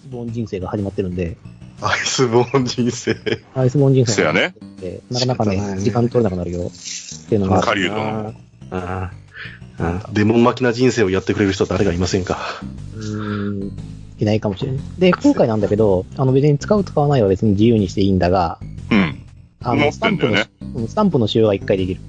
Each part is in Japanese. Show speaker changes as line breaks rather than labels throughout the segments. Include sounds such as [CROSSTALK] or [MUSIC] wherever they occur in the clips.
スボーン人生が始まってるんで、
アイスボーン人生。
アイスボーン人
そ
生
や
が
ね。
で、なかなか
仕方ない
ね、
ね
時間取れなくなるよっていうのが、
狩人の。
ああああデモン巻きな人生をやってくれる人誰かいませんか
うーん、いないかもしれない。で、今回なんだけど、あの別に使う使わないは別に自由にしていいんだが、
うん。
あ
持
の、
っ
ス
て
タ
ん
ンプ
だよ
の、
ね。
うんスタンプの使用が1回できる。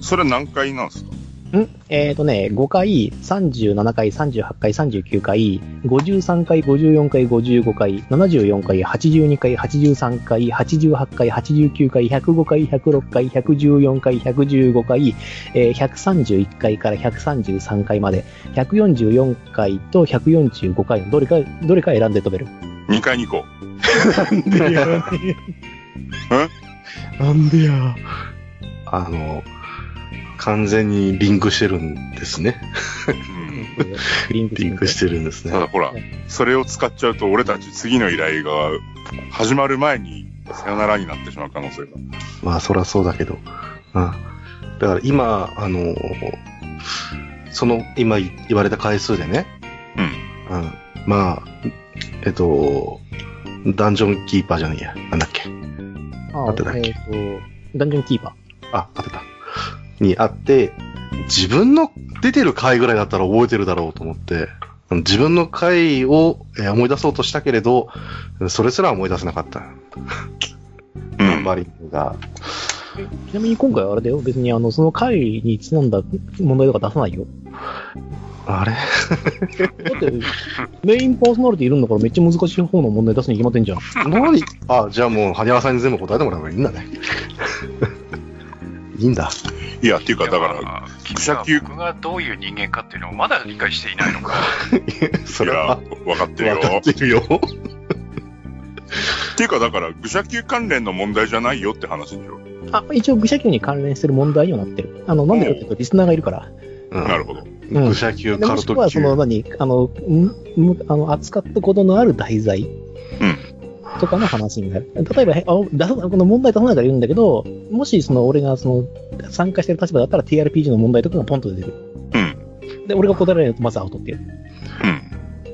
それ何回なんですか
んえっ、とね、5回、37回、38回、39回、53回、54回、55回、74回、82回、83回、88回、89回、105回、106回、114回、115回、えー131回から133回まで、144回と145回のどれか、どれか選んで飛べる。
?2 回に行こ
でや
[LAUGHS]
なんでや。あの、完全にリンクしてるんですね。
う。うん。
リンク。
リンクしててるんです
た
ね。
だほら、それを使っちゃうと俺たち次の依頼が始まる前にさよならになってしまう可能性が。
まあ、そらそうだけど。あだから今、あの、その、今言われた回数でね。
うん。
うん。まあ、えっと、ダンジョンキーパーじゃねえや。なんだっけ。
あ
あとだっけ
えっ、と、ダンジョンキーパー。
あ、当てた。にあって、自分の出てる回ぐらいだったら覚えてるだろうと思って、自分の回をえー思い出そうとしたけれど、それすら思い出せなかった。
うん。
バリングが。
ちなみに今回はあれだよ。別にあの、その回にちなんだ問題とか出さないよ。
あれ
だって、メインパーソナリティいるんだからめっちゃ難しい方の問題出すに決まってんじゃん。
何 [LAUGHS] あ、じゃあもう、羽原さんに全部答えてもらえばいいんだね。 [LAUGHS] いいんだ。
いや、っていうか、だから、
ら、
愚
愚
者
者
級
級僕がどういう人間かっていうのをまだ理解していないのか。
そ
い
れ
や、
は、
分かってるよ
わ。かってるよ。
っていうか、だから、愚者級関連の問題じゃないよって話でしょ。
あ、一応、愚者級に関連する問題にはなってる。あの、なんでかっていうと、リスナーがいるから。
うん
なるほど。
うん
愚者級、
で
カ
も
ル
しく
ト
は、
級
そ。の、何、あの、んむあの、扱ったことのある題材。とかの話になる。例えば、へあ出さこの問題出さないから言うんだけど、もし、その、俺が、その、参加してる立場だったら TRPG の問題とかがポンと出てく
うん。
る。で、俺が答えられるとまずアウトっていう。
う
っ
ん。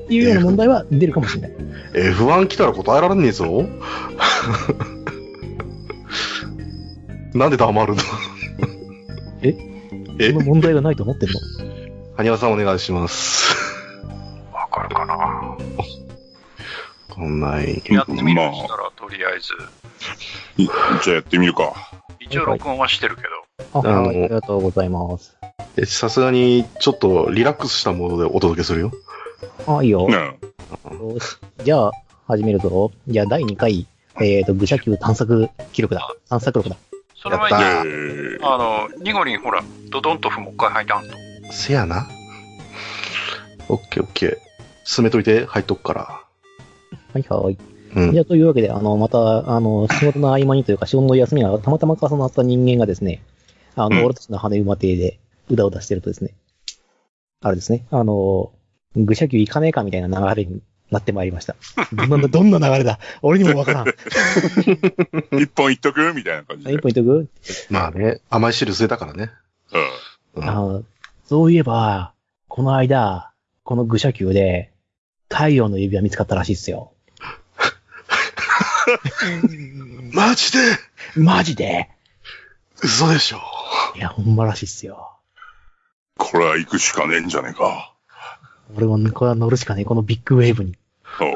ていうような問題は出るかもしれない。
F1 来たら答えられねえぞ。 [LAUGHS] なんで黙るの
え
え
その問題がないと思ってるの
羽生さんお願いします。 [LAUGHS]
わかるかな。
こんない。
ん
やってみるとしたら、とりあえず、
いじゃあやってみるか。
一応録音はしてるけど、
あ
あの
はいありがとうございます。
えさすがに、ちょっとリラックスしたモードでお届けするよ。
あ、いいよ
う。ん。
よし。 [LAUGHS] じゃあ、始めるぞ。じゃあ、第2回、えっ、と、愚者級探索記録だ。探索録だ。
その前
あ
に、
や
あ
っ
えー
の、ニゴリンほら、ドドンとフもう一回吐いたんと。
せやな。オッケーオッケー。進めといて、入っとくから。
はいはい。
うん
じ。ゃあ、というわけで、あの、また、あの、仕事の合間にというか、仕事の休みがたまたま重なった人間がですね、あの、
うん
俺たちの羽馬邸で、うだうだしてるとですね、あれですね、あの、愚者級行かねえかみたいな流れになってまいりました。どんな、どんな流れだ俺にもわから [LAUGHS] ん。
一本言っとくみたいな感じで。
一本言っとく
まあね、甘い汁吸えたからね。
うん
うん
あの、そういえば、この間、この愚者級で、太陽の指輪見つかったらしいっすよ。
マジで
マジで
嘘でしょ。
いや、ほんまらしいっすよ。
これは行くしかねえんじゃねえか。
俺も、これは乗るしかねえ、このビッグウェーブに。
そう。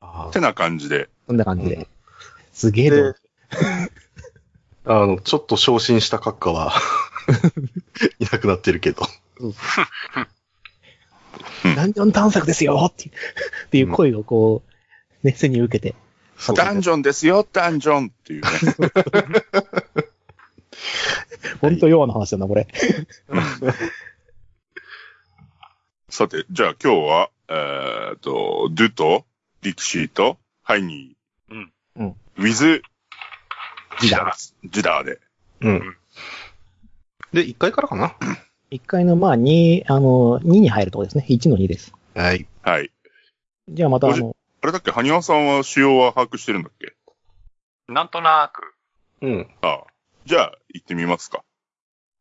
あ
てな感じで。
そんな感じ
うん
で。すげえ
で
と。
あの、ちょっと昇進した閣下は、 [LAUGHS] いなくなってるけど。
ダンジョン探索ですよっていう、っていう声をこう、熱に受けて。
ダンジョンですよ、ダンジョンっていうね。
ほんとヨアの話だな、これ。
さて、じゃあ今日は、えーっと、ドゥと、ディキシーと、ハイニー。
うん
うん
ウィズ、
ジ
ダ
ジダーで。
うん。で、1階からかな
1階の、まあ、2、あの、2に入るとこですね。1の2です。
はい。
はい。
じゃあまた、あの、
あれだっけ、ハニワさんは仕様は把握してるんだっけ
なんとなく、
うん。
ああ。じゃあ、行ってみますか。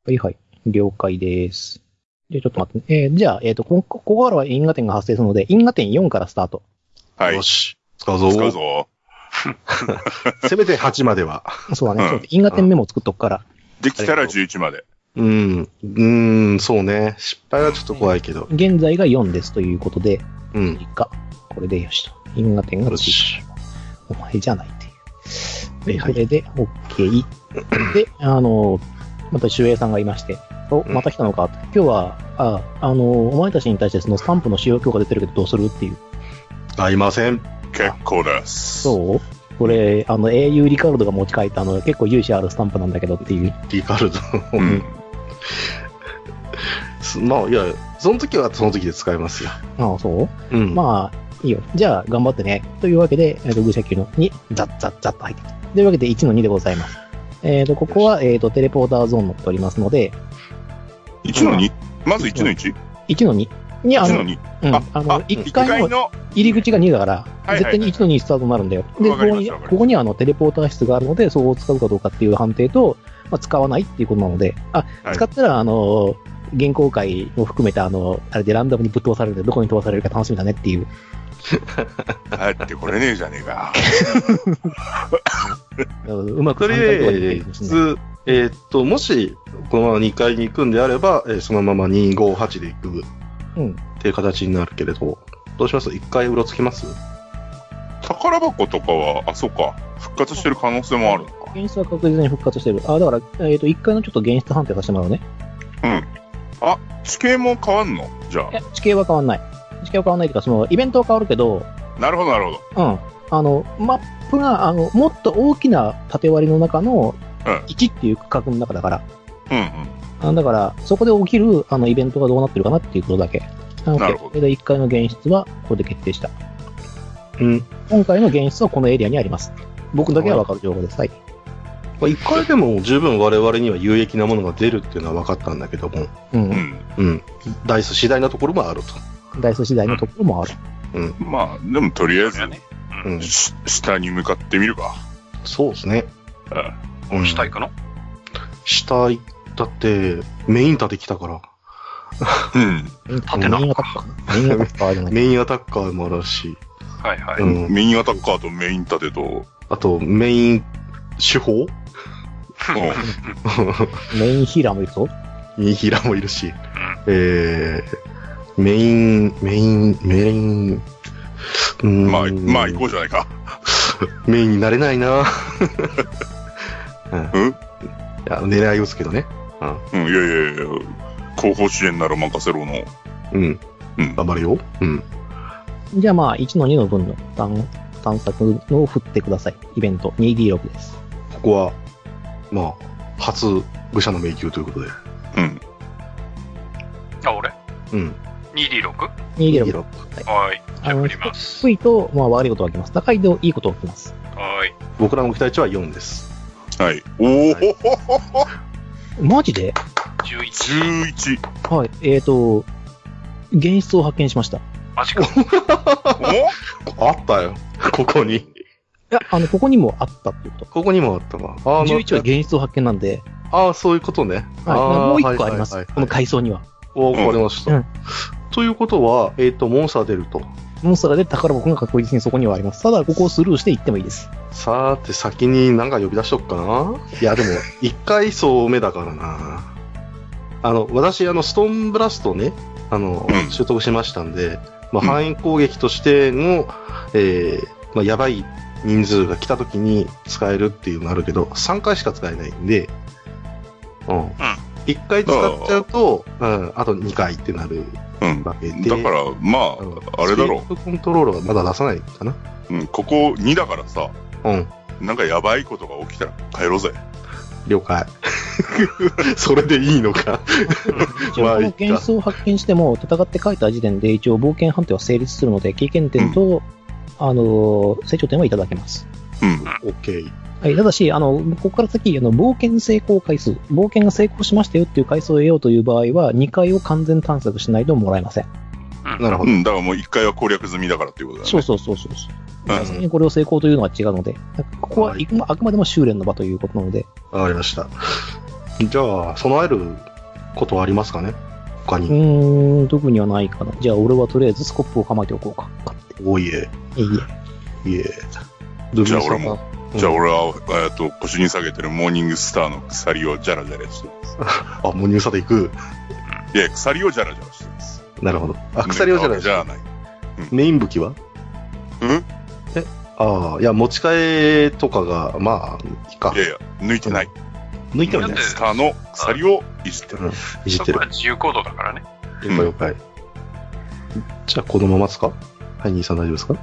はいはい。了解です。じゃあちょっと待ってね。えーじゃあ、えっ、とこ、ここからは因果点が発生するので、因果点4からスタート。 [LAUGHS]
はい
よ。し。使うぞ。
使うぞ。
せめて8までは。
そうだね。
うん
ちょっと因果点メモを作っとくから。
できたら11まで。
うん。うーん、そうね。失敗はちょっと怖いけど。
現在が4ですということで、
うん。
いいか。これでよしと。因果点が
よ
つ
し
いたお前じゃないっていう。で、
はいはい
これで OK。で、あの、また守衛さんがいまして、お、また来たのか。今日は、あ、あの、お前たちに対してそのスタンプの使用許可出てるけどどうするっていう。
合いません。
結構です。
そうこれ、あの、英雄リカルドが持ち帰った、あの、結構勇姿あるスタンプなんだけどっていう。
リカルド。
うん。
[LAUGHS] まあ、いや、その時はその時で使いますよ。
ああ、そう
うん。あ、
まあ、いいよ。じゃあ、頑張ってね。というわけで、えっ、と、愚者級の2、ザッザッザッと入ってきた。というわけで、1の2でございます。えっ、と、ここは、えっ、と、テレポーターゾーン乗っておりますので、
1の 2? まず1の 1?1
1の2。に、あ
の
の、
2。
うん、あ
あ
の
あ、
1
1階
階の
の、
入り口が2だから、
はい
絶対に1の2スタートになるんだよ。で、こ
わ
こ
かりまし
に、
た
こ
わかりました
こにあの、テレポーター室があるので、そこを使うかどうかっていう判定と、まあ、使わないっていうことなので、あ、
はい
使ったら、あの、原稿会を含めた、あの、あれでランダムにぶっ飛ばされるんで、どこに飛ばされるか楽しみだねっていう。
帰ってこれねえじゃねえか。
うまく三回とかるかもしれない
それで、普通、えーっと、もし、このまま2階に行くんであれば、えーそのまま258で行くっ
うん。
ていう形になるけれど、どうします ?1 回うろつきます
宝箱とかは、あ、そうか。復活してる可能性もあるのか。
現実は確実に復活してる。あ、だから、えっ、と、一回のちょっと現実判定させてもらうね。
地形も変わんのじゃ
いや、地形は変わんない。地形は変わんないというか、その、イベントは変わるけど、
あ。なるほど、なるほど。
うん。あの、マップが、あの、もっと大きな縦割りの中の
うん
1っていう区画の中だから。
うんうん。
あだから、そこで起きる、あの、イベントがどうなってるかなっていうことだけ。な
なるほど
これで一回の現実は、これで決定した。
うん。
今回の現実はこのエリアにあります。僕だけはわかる情報です。はい。
まあ、1回でも十分我々には有益なものが出るっていうのは分かったんだけども、
うん。
うん。
うん。ダイス次第なところもあると。
ダイス次第のところもある。
まあ、でもとりあえず、
う。
うん
し下に向かってみるか。
そうですね。うん
下行くの
下行だって、メイン立てきたから。
うん。
縦
な
メインアタッカー。メインアタッカーじゃない。
メインアタッカーもあるし、
はいは
う
い。
ん。
メインアタッカーとメイン盾と、
あと、メイン手法
メインヒーラーもいるぞ。
ミヒラもいるし、えー、メイン、メイン、メイン、うー
うんんまあ、まあ行こうじゃないか。
メインになれないなうん
うん
いや狙い打つけどね。
うん、いやいやいや、後方支援なら任せろの。
うん。
うん。
頑張れよ。うん。
じゃあまあ、1の2の分の探探索のを振ってください。イベント 2D6 です。
ここは、まあ、初、愚者の迷宮ということで。
うん。
あ、俺
うん。
?2D6?
2D6。
ロ
はい。
あ
じゃあ
の
振ります。
低いと、まあ、悪いことが起きます。高いと、いいことが起きます。
はい。
僕らの期待値は4です。
はい。おおほほほほ
マジで
11。
!11!
はい。えっ、ー、と、現実を発見しました。い
マジか。
お
あったよ。ここに。
や、あの、ここにもあったっていうこと。
ここにもあったわ。あー
11は現実を発見なんで、
ああ、そういうことね。
はい、
あー
もう1個あります。
はいはい
こ
は
の
い
階層には。
わかりました。
うん
ということは、えっ、と、モンスター出ると。
モンスターで宝箱が確実にそこにはあります。ただ、ここをスルーしていってもいいです。
さーて、先に何か呼び出しとくかないや、で
[LAUGHS]
も、一回層目だからな。あの、私、あの、ストーンブラストね、あの、
うん
習得しましたんで、まあ、
うん
範囲攻撃としての、えー、まあ、やばい人数が来た時に使えるっていうのあるけど、3回しか使えないんで、うん。一1回使っちゃうと、うん、あと2回ってなる
うん。
わけで。
だから、ま
うん
あ、あれだろ
スピリットコントロールはまだ出さないかな。
う。うん、ここ2だからさ、
うん。
なんかやばいことが起きたら帰ろうぜ。
了解。 [LAUGHS] それでいいのか。
一応
まあ
この
いいか
現実を発見しても、戦って書いた時点で一応冒険判定は成立するので、経験点と、あのー、成長点はいただけます。
うん。
OK。
はい、ただし、あの、ここから先、あの、冒険成功回数、冒険が成功しましたよっていう回数を得ようという場合は、2回を完全探索しないともらえません。
なるほ
う
ど。
ん、だからもう1回は攻略済みだからっていうことだね。
そうそうそうそう。
うん
実際にこれを成功というのは違うので、ここは
はい
あくまでも修練の場ということなので、
わかりました。じゃあ、備えることはありますかね他
う
に。
ーん、特にはないかな。じゃあ、俺はとりあえずスコップを構えておこうか。
おいえ。
えいえい
いえ。ド
じゃあ
ミノさん
俺も
は。
じゃあ俺は、えっと、腰に下げてるモーニングスターの鎖をジャラジャラしてます。
あ、もうニューサで行く。
いや、鎖をジャラジャラしてます。
なるほど。あ、鎖をじゃない
じゃあない。
メイン武器は
うん
ああ、いや、持ち替えとかが、まあ、いいか
い。やいや、抜いてない。
抜いて
モ
はいない
ーニング。スターの鎖をいじってる。
[LAUGHS] いじっ
そ
て
こ
る
は。自由行動だからね。
了解了解。じゃあ、このままですかはい、兄さん大丈夫ですか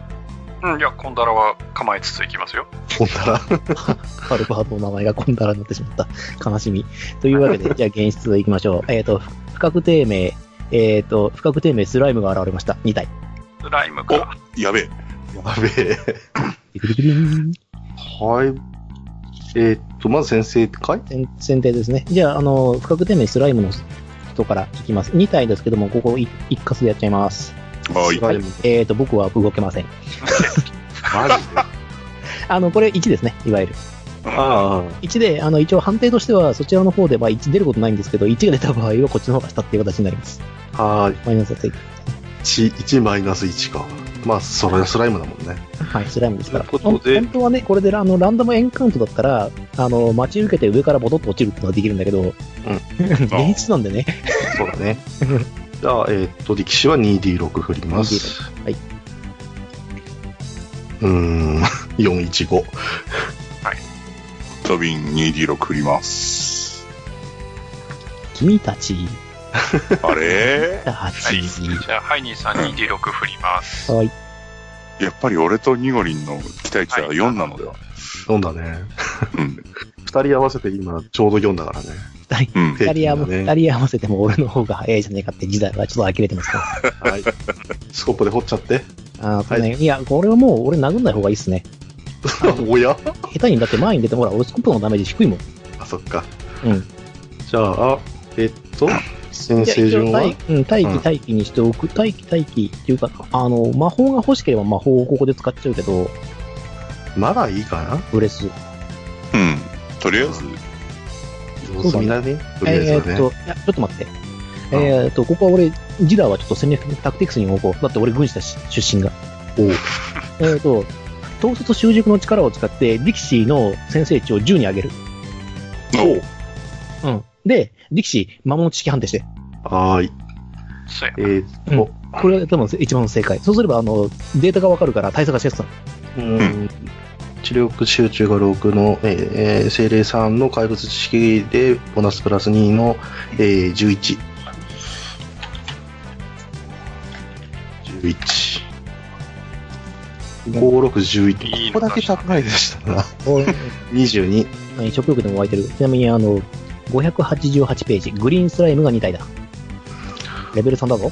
うん、いや、コンダラは構えつついきますよ。
ほんなら、 [LAUGHS]
アルファートの名前がコンダラになってしまった。 [LAUGHS] 悲しみ。というわけで、 [LAUGHS] じゃあ現出行きましょう。えっ、と、ふ不確定名、えっ、と、不確定名スライムが現れました。2体。 [LAUGHS]
スライムか。
やべえ。
やべえ。
ビビビビン
はい。えーっと、まず先生かい
先先手ですね。じゃあ、あの、不確定名スライムの人からいきます。2体ですけども、ここい一括でやっちゃいます。
はい。
はい。
えっ、と、僕は動けません。
マジで。あ
あの、これ1ですね、いわゆる。
あ。
1で、あの、一応判定としては、そちらの方で、まあ、1出ることないんですけど、1が出た場合は、こっちの方が下っていう形になります。
はーい。
マイナスだって
1、1マイナス1か。まあ、それはスライムだもんね。
はい、スライムですから。
ということで
ほん本当はね、これであのランダムエンカウントだったら、あの、待ち受けて上からボトッと落ちるってのはできるんだけど、うん。 [LAUGHS] 現実なんでね。
そうだね。じゃあ、えーっと、力士は 2D6 振ります。
はい。
うーん、415。
トビン 2D6 振ります。
君たち、君
あれ [LAUGHS]
たち。
はい。じゃあ、ハイニーさん 2D6 振ります。
はい。
やっぱり俺とニゴリンの期待値は4なのでは。
飲んだね。
うん。
二人合わせて今、ちょうど4だからね。
うん。
二人合わ
平均
二
だね
人合わせても俺の方が早いじゃねえかって時代はちょっと呆れてますか
はい。スコップで掘っちゃって。
ら。あーこれね、い、や、これはもう俺殴んない方がいいっすね。
[LAUGHS] おや
下手にだって前に出てもほら、俺スコップのダメージ低いもん。
あ、そっか。
うん。
じゃあ、えっと、先
じゃあ
生
一
順
応
は
待うん、待
うん
機待機にしておく。待機待機っていうか、あの、魔法が欲しければ魔法をここで使っちゃうけど、
まだいいかな
ブレス。
うん。とりあえず、
様子見だね。とりあえずは
えーっ
ね。
と、いや、ちょっと待って。えーっと、ここは俺、ジダーはちょっと戦略的タクティクスに置こう。だって俺軍師だし、出身が。
おう
えーっと、統率と習熟の力を使って、力士の先生値を10に上げる。
お
うん。で、力士、魔物知識判定して。
はーい。
そうや
え。ーっ
うん
と、
これが多分一番の正解。そうすれば、あの、データがわかるから対策がしやすくなる
うーん。知力集中が6の、えーえー精霊3の怪物知識で、ボーナスプラス2の、えー、11。11。5611。
いい
ここ
の
だけ高いでしたな。
お [LAUGHS]
22。
何食欲でも湧いてる。ちなみに、あの、588ページ、グリーンスライムが2体だ。レベル3だぞ。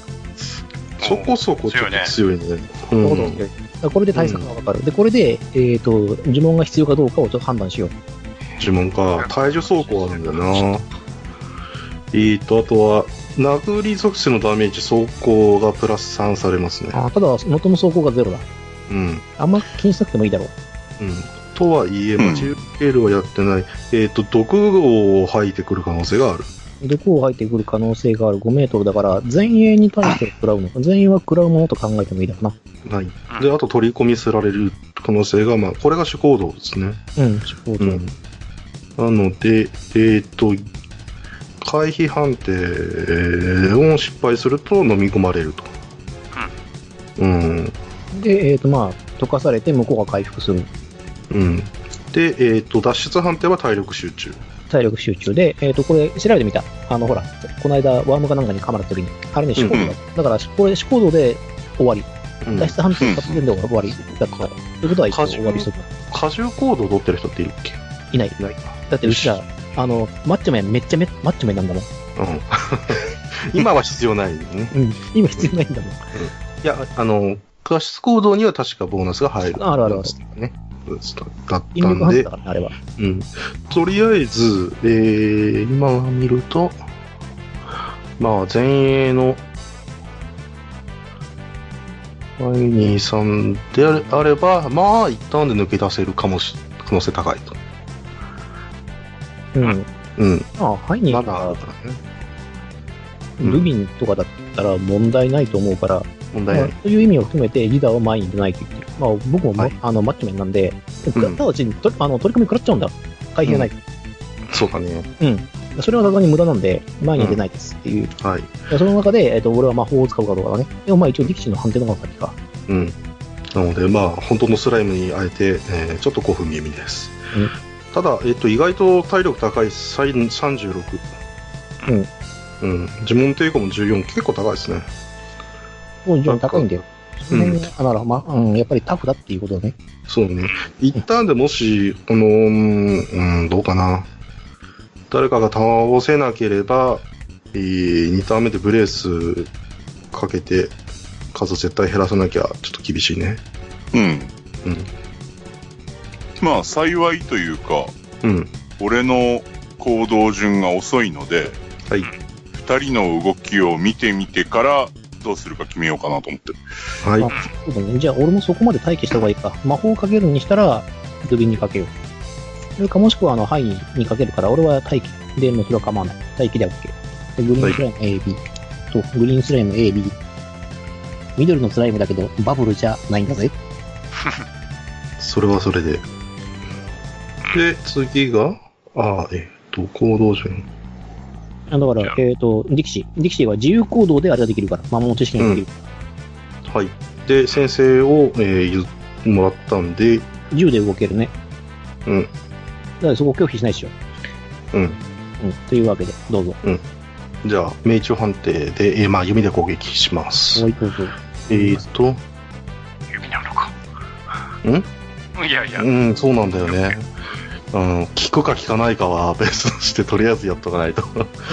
そこそこちょっと強いね。う
ということ
ん
でこれで対策がわかる。で、これで、えーっと、呪文が必要かどうかをちょっと判断しよう。
呪文か。体重走行あるんだよな。えーと、あとは、殴り属性のダメージ走行がプラス3されますね。
あただ、元の走行がゼロだ。
うん。
あんま気にしなくてもいいだろう。
うんとはいえ、待ち受けるはやってない、えっ、と、毒号を吐いてくる可能性がある。
毒を吐いてくる可能性がある5メートルだから、前衛に対して食らうの。前衛は食らうものと考えてもいいだろう
ない。で、あと取り込みすられる可能性が、まあ、これが主行動ですね。
な。うん、手法と。
うん。なので、えっ、と、回避判定を失敗すると飲み込まれると。うん。
で、えっ、と、まあ、溶かされて向こうが回復する。
うん。で、えっ、と、脱出判定は体力集中。
体力集中で、えっ、と、これ、調べてみた。あの、ほら、この間、ワームかなんかに噛まれた時に。あれね、思考動だ。だから、これ、思考動で終わり。
うん
脱出判定発現で終わりだった。ということは、一応終わりしとく。
過重行動を取ってる人っているっけ
いない。
ない
だって、うちら、あの、マッチョメン、めっちゃめマッチョメンなんだもん。
うん。 [LAUGHS] 今は必要ないね。
うん。今必要ないんだもん。
いや、あの、脱出行動には確かボーナスが入る。
あるあるある
ね。そうですだっ
引
た
力
ん
反射
で
だ、からね、あれは。
うん。とりあえず、えー、今見ると、まあ、前衛の、ハイニーさんであれば、まあ、一旦で抜け出せるかもし、可能性高いと。
うん。
うん。
あ、ハイニー
ま
が
だあるからね。
ルビンとかだったら問題ないと思うから、
問題
ま
な
あ
い。
そういう意味を含めて、ギターは前に出ないと言ってる。まあ、僕もも、
はい
あのマッチョメンなんで、くら
うん
ただちにとあの取り込み食らっちゃうんだ。回避がない。
そうだね。
うん。それはさすがに無駄なんで、前に出ないですっていう。
はい。
その中で、えっ、と、俺は魔法を使うかどうかだね。でもまあ一応、力士の判定の方が先か。
うん。なので、まあ、本当のスライムに会えて、えーちょっと興奮気味です。
うん
ただ、えっと、意外と体力高いサイン36。
うん。
うん。呪文抵抗も14、結構高いですね。
もう非常に高いんだよ。
う
うんん、だから、まあ、うん、やっぱりタフだっていうことだね。
そうね。一旦でもし、この、うんうん、どうかな。誰かが倒せなければ、え2ターン目でブレースかけて、数絶対減らさなきゃ、ちょっと厳しいね。
うん。
うん。
まあ、幸いというか、
うん。
俺の行動順が遅いので、
はい。
二人の動きを見てみてから、どうするか決めようかなと思ってる。
はい。
あそうだね。じゃあ、俺もそこまで待機した方がいいか。魔法をかけるにしたら、ルビンにかけよう。それか、もしくは、あの、範囲にかけるから、俺は待機。で、もうそれは構わない。待機で OK。で、グリーンスライム A、B。そう、グリーンスライム A、B。緑のスライムだけど、バブルじゃないんだぜ。
それはそれで。で、次が、あーえっ、と、行動順。
あだか
じゃ
ら
あ、
えっ、と、力士。力士は自由行動であれができるから、魔物知識ができる。
はい。で、先生を、えーゆもらったんで、
銃で動けるね。
うん、
だからそこ拒否しないでしょ。
うん。
うん。というわけで、どうぞ。
じゃあ、命中判定で、えーまあ、弓で攻撃します。
はい、どうぞ。
えーっと、
指なのか。んいやいや、
うん、そうなんだよね。うん、効くか効かないかは別として、とりあえずやっとかないと。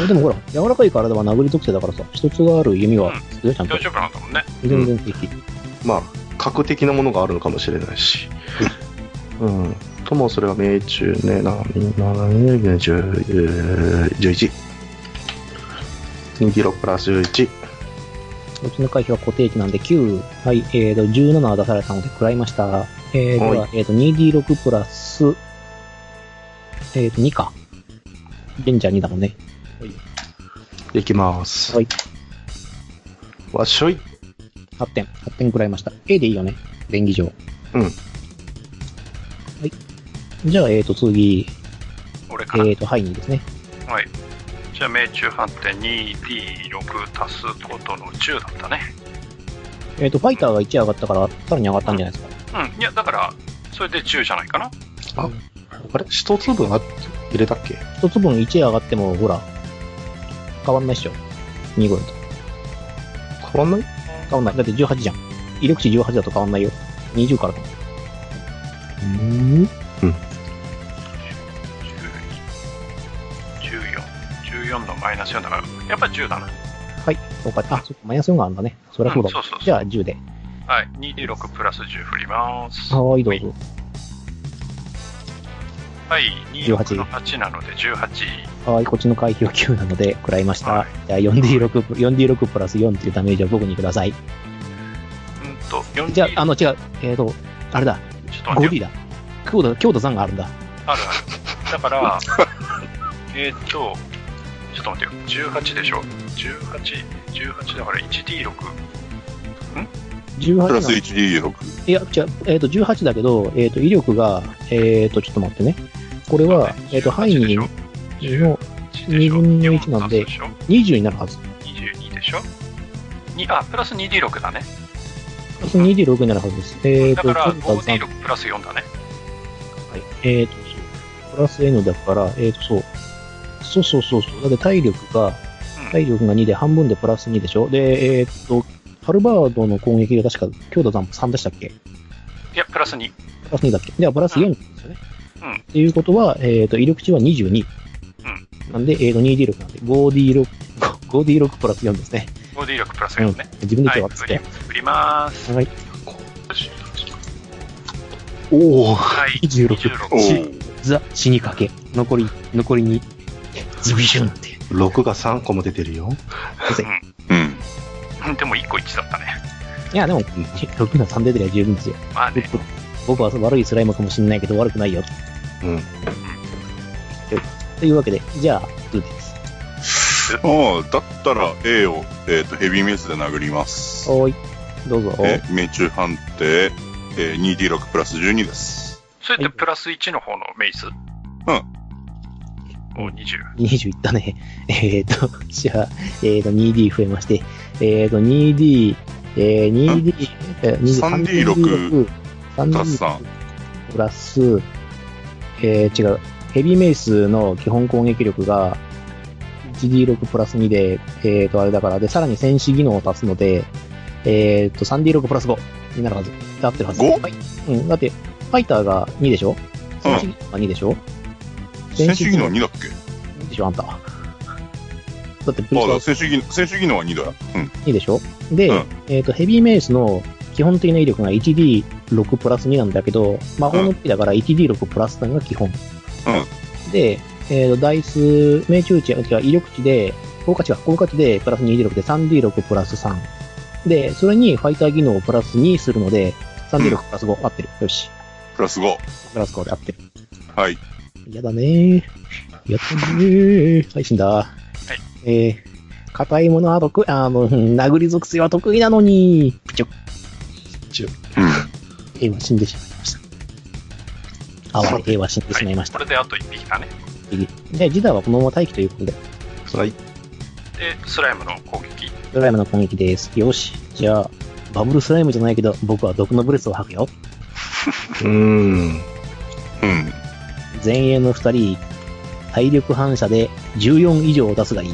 えでもほら、柔らかい体は殴り特性だからさ、一つがある弓は、ちゃんと
大。丈夫なんだもんね。
全然平気。
まあ、核的なものがあるのかもしれないし。うん。ともそれは命中ね、な、な、な、十、十一。2キロプラス11。
うちの回避は固定値なんで9。はい、えーと、17は出されたので食らいました。えー、で
は
は、えーと、2D6 プラス、えーと、2か。レンジャー2だもんね。
いきます。
はい。
わっしょい。
8点。8点食らいました。A でいいよね。便宜上。
うん
はい。じゃあ、えーと、次、
俺か
え
ら。
ーと、ハイニーですね。
はい。じゃあ、命中判定 2D6 足すことの10だったね。
えーと、ファイターが1上がったから、さらに上がったんじゃないですか。
うん。いや、だから、それで10じゃないかな。
あれ一粒あ入れたっけ
一つ分1上がっても、ほら、変わんないっしょ。2号だと。
変わんない
変わんない。だって18じゃん。威力値18だと変わんないよ。20からだもん。うーん
12、14。14のマイナス4だから、やっぱ10だな。
そうか。あ、そっか、マイナス4があるんだね。そりゃそうだ
ん。そうそうそう
じゃあ10で。
はい。2D6 プラス10振ります。
はーい、どうぞ。
はい。26の8なので18。
はーい、こっちの回避は9なので、食らいました。
はい
じゃあ 4D6、4D6 プラス4っていうダメージを僕にください。
うんと、4
じゃあ、あの、違う。えーと、あれだ。
ちょっと待って
5D
よ。
だ。強度、強度3があるんだ。
あるある。
[LAUGHS]
だから、えーっと、ちょっと待ってよ。18でしょ。18、18だから 1D6。
18な
プ
ん
ラス 1D6。
いや、違う、えっ、と、18だけど、えっ、と、威力が、えっ、と、ちょっと待ってね。これは、えっ、と、範囲
18でしょ
の
1でしょ
2分の1なんで
4足すしょ
20になるはず。
22でしょにあ、プラス 2D6 だね。
プラス 2D6 になるはずです。えっ、
だ
と、
から
強度が三
5D6 プラス4だね。
えっ、と、そうプラス N だから、えっ、と、そう。そうそうそうそう。だって体力が、
うん
体力が2で半分でプラス2でしょ。で、えっ、と、ハルバードの攻撃が確か、強度3でしたっけ
いや、プラス2。
プラス2だっけでは、プラス4ですよね。
うん
っていうことは、えっ、と、威力値は22。なんで、えっ、と、2D6 なんで、5D6、5D6 プラス4ですね。
5D6 プラス4ね。
自分で
は
手
い、
をつ
振り
け。
振り
[LAUGHS]
ます。
はい。
おお。
はい、
26
26。
お
し
ー
ザ、死にかけ。残り、残りに、ズビシュンって。
6が3個も出てるよ。
うん。
うんでも1個1だったね。
いや、でも、6の3出てりゃ十分ですよ。
まあね。
僕は悪いスライムかもしれないけど、悪くないよ。
うん。
というわけで、じゃあ、2です。
ああ、だったら A を、えっ、と、ヘビーメスで殴ります。
おーい。どうぞ。
えー命中判定、えー 2D6 プラス12です。
それってプラス1の方のメイスうんお、20。。
20いったね。 [LAUGHS] えっ、ー、と、じゃあ、えっ、ー、と、2D 増えまして、えっ、ー、と、2D、えー、2D、えー、
3D6
3D6
プラス3
プラス、えー、違う。ヘビーメイスの基本攻撃力が 1D6 プラス2で、えっ、ー、と、あれだから、で、さらに戦士技能を足すので、えっ、ー、と、3D6 プラス5になるはず。合ってるはず。
5
はい、うん、だって、ファイターが2でしょ戦士技能が2でしょ
選手技能2だっけ
いいでしょ、あんた。だって、プリス
あ
は
あ、だ、選手技能、選手技能は2だ。うん。
いいでしょで、
うん
えっ、と、ヘビーメイスの基本的な威力が 1D6 プラス2なんだけど、魔法の時だから 1D6 プラス3が基本。で、えっ、と、ダイス、命中値、違う、威力値で、効果値が効果値でプラス 2D6 で 3D6 プラス3。で、それにファイター技能をプラス2するので、3D6 プラス5、合ってる。よし。
プラス5。
プラス5で合ってる。
はい。
やだねー。やったねー。はい、死んだ。はいえー、硬いものは得意、あーもう、うん殴り属性は得意なのに、プチョッ、
うん。
A は死んでしまいました。あわれ A は死んでしまいました。
これであと1匹だね。
で、ジダはこのまま待機ということで、
はい。
で、スライムの攻撃。
スライムの攻撃です。よし。じゃあ、バブルスライムじゃないけど、僕は毒のブレスを吐くよ。
うーん。
うん。
前衛の二人、体力反射で14以上を出すがいい。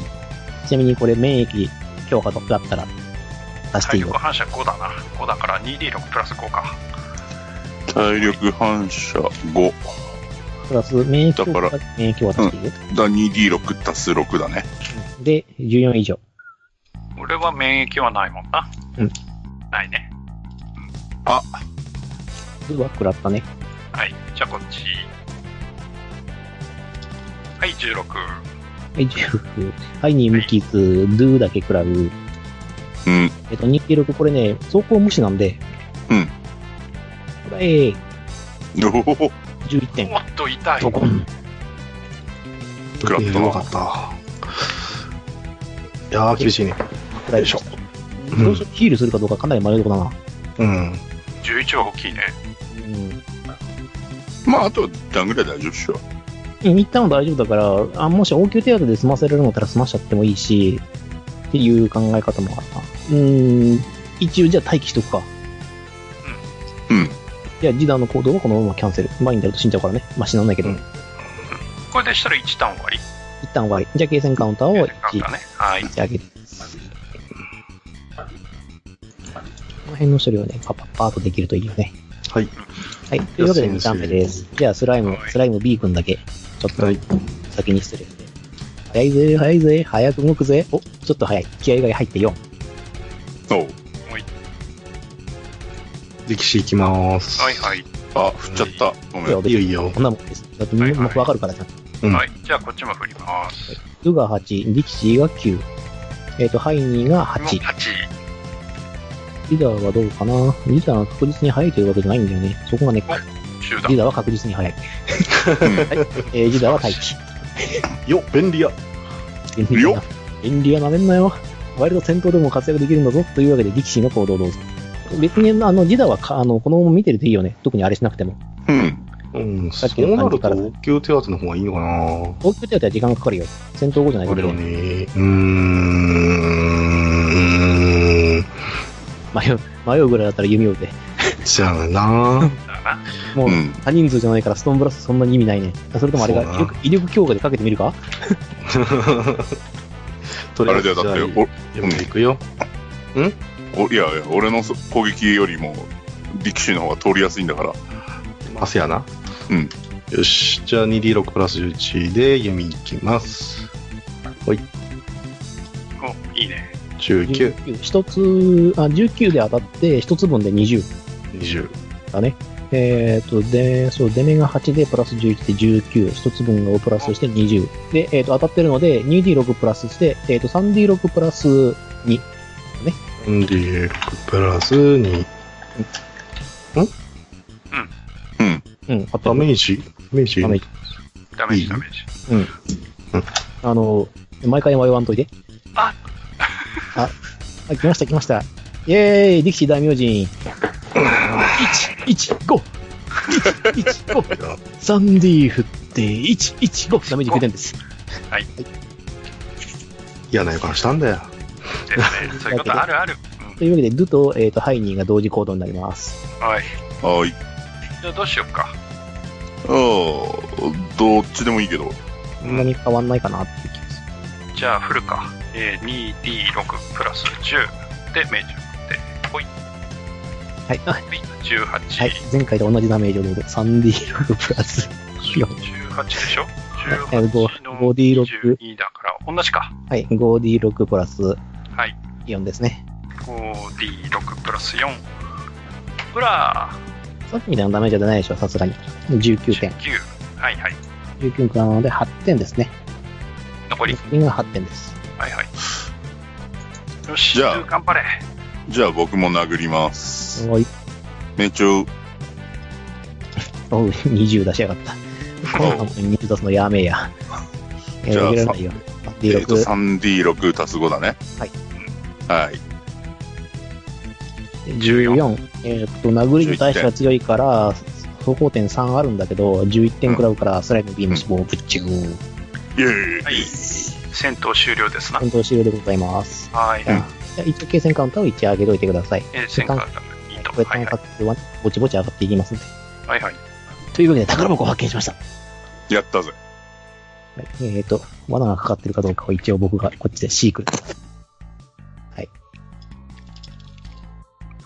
ちなみにこれ免疫強化とだったら、出して
体
いいよ
力。反射5だな。5だから 2D6 プラス5か。
体力反射5。
プラス免疫強
だ
化
か、
免疫強化出していいよ。
だ、2D6 足す6だね。
で、14以上。
俺は免疫はないもんな。
うん。
ないね。
うわ、食らったね。
はい。じゃあこっち。はい、16。
はい、10。はい、に無傷、ドゥだけ食らう。
うん。
えっと、2記録これね、走行無視なんで。
うん
これ、
おお
11点。
おっと、痛い。
ドコン。
食らっ
えー
た
弱
な
かった。いやー、厳しいね。
食らいました。どうしようヒールするかどうかかなり迷うとこだな。
うん。
11は大きいね。
うん。
まあ、あと、段ぐらい大丈夫っしょ。
うん一旦は大丈夫だから、あもし応急手当で済ませられるのだったら済ましちゃってもいいし、っていう考え方もあった。うーん。一応じゃあ待機しとくか。
うん。
じゃあ、ジダの行動はこのままキャンセル。前に出ると死んじゃうからね。まあ、死なんないけど。
うん
これでしたら1ターン終わり。
一旦終わり。じゃあ、計戦カウンターを1、
なんだね。はい。
上げてこの辺の処理をね、パッパッパーとできるといいよね。
はい。
はい。というわけで2ターン目です。じゃあ、スライム、スライム B 君だけ、ちょっ
はい。
と先に失礼して。早いぜ、早いぜ、早く動くぜ。お、ちょっと早い。気合が入って4。
おう
力士いきまーす。
はいはい。
あ、振っちゃった。ごめん。
いいよいいよ
こんなもんです。だって、
はい
み
はい
んなわかるからじゃん。
うん
はい。じゃあこっちも振ります。
ウが8、力士が9。えっ、と、ハイニーが8。
8。
リーダーはどうかなリーダーは確実に早いというわけじゃないんだよね。そこがね、
中
リー
断。
ダーは確実に早い。えー、リーダーは待機。
よ、便利や。
便利
よ
や。便利やなめんなよ。ワイルド戦闘でも活躍できるんだぞ。というわけで、力士の行動をどうぞ。別に、あの、ジダはか、あの、このまま見てるといいよね。特にあれしなくても。
うん。
うん、
さ
そ
っきの
うな
感
る
じ
と
から
応急手当の方がいいのかな
東京手当は時間かかるよ。戦闘後じゃないと
俺
でき
は
ない
ね、うーん、
迷う、迷うぐらいだったら弓を打て。
じゃあ
[LAUGHS]
な
だな。
もう
う、ん。
多人数じゃないからストーンブラストそんなに意味ないね。それともあれが
そう
威
だな
力、威力強化でかけてみるか
と
あれだよ、だって、
読んでいくよ。
お、お、いやいや、俺の攻撃よりも、力士の方が通りやすいんだから。
汗やな。
うん。
よし、じゃあ 2D6 プラス11で弓いきます。
お、いいね。
19、
一つ、あ、19で当たって、一つ分で20。
20。
だね。えっ、と、で、そう、出目が8で、プラス11で19、一つ分をプラスして20。で、えっ、と、当たってるので、2D6 プラスして、えっ、と、3D6 プラス2。
4D6 プラス2。
うん。
うん、あ
ダ
と、
メージダメージ
ダメージ
ダメー
いい
ジダメージ。
あの、毎回迷わんといて。
あ
あ、あ来ました来ました。イェーイ、力士大名人。1、1、5。1、1、5。サンディ振って、1、1、5。ダメージ9点です。
嫌な予感したんだよ。
ですね。そういうことあるある。
というわけで、ドゥと、えっ、と、ハイニーが同時行動になります。
うん、はい。
はい。
じゃあどうしよっか。
ああ、どっちでもいいけど。
そんなに変わんないかなっていう気がす
じゃあ振るか。えー、2D6 プラス10で命中で、ほい、
る。はい。あ
ほい、18。
はい。前回と同じダメージをどうぞ。3D6 プラス。
18でしょ
はい
?18 の
5D6
22だから、同じか。
はい。5D6 プラス
はい。
4ですね。
5D6 プラス4。ほら
さっきみたいなダメージは出ないでしょ、さすがに。19点。
!9。はいはい。
19点なので8点ですね。
残り。
これが8点です。
はいはい。よし、
じゃあ
ルー頑張れ。
じゃあ僕も殴ります。
おい、
命中。
おう、20出しやがった。この20出すのやめえや。え
じゃあ
ー、やらないよ。
えっと、
D6、
3D6 足す5だね。
はい
うん。はい。
14。えーっと、殴りに対しては強いから、走行点3あるんだけど、11点食らうから、スライムビーム死亡、ぶっちゅー。
イェーイ。
はい。戦闘終了ですな。
戦闘終了でございます。
はい。
じゃあじゃあ一応、継戦カウンターを1上げといてください。
えー、戦果いいと。
これ、
は
単
いはい。
発はねぼちぼち上がっていきますんで。
はいはい。
というわけで、宝箱を発見しました。
やったぜ。
はいえっ、と、罠がかかってるかどうかを一応僕がこっちで飼育。はい。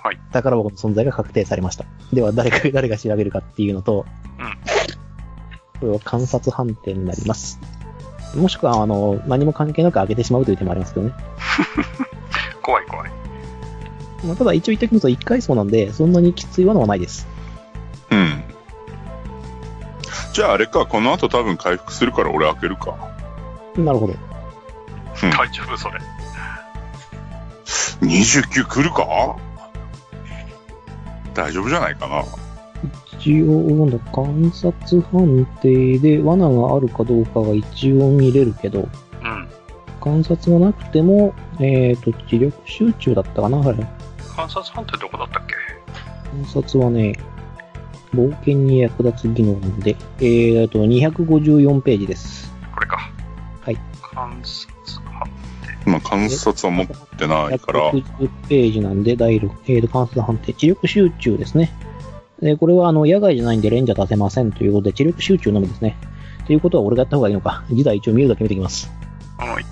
はい。
宝箱の存在が確定されました。では、誰か、 [LAUGHS] 誰が調べるかっていうのと、
うん
これは観察判定になります。もしくは、あの、何も関係なく開けてしまうという手もありますけどね。
怖い怖い。
まあ、ただ一応言っておきますと、1回そうなんで、そんなにきつい罠はないです。
うん。じゃああれか、この後多分回復するから俺開けるか。
なるほど。
大丈夫それ。
29来るか大丈夫じゃないかな。
一応、の観察判定で罠があるかどうかが一応見れるけど、
うん。
観察がなくても、えっ、と、知力集中だったかな、あれ。
観察班ってどこだったっけ
観察はね、冒険に役立つ技能なんで、えーと、254ページです。
これか。
はい。
観察班。
まあ観察は持ってないから。
160ページなんで、第6、えーと、観察判定、知力集中ですね。で、これはあの、野外じゃないんでレンジャー出せませんということで、知力集中のみですね。ということは俺がやった方がいいのか。次第一応見るだけ見てきます。
はい。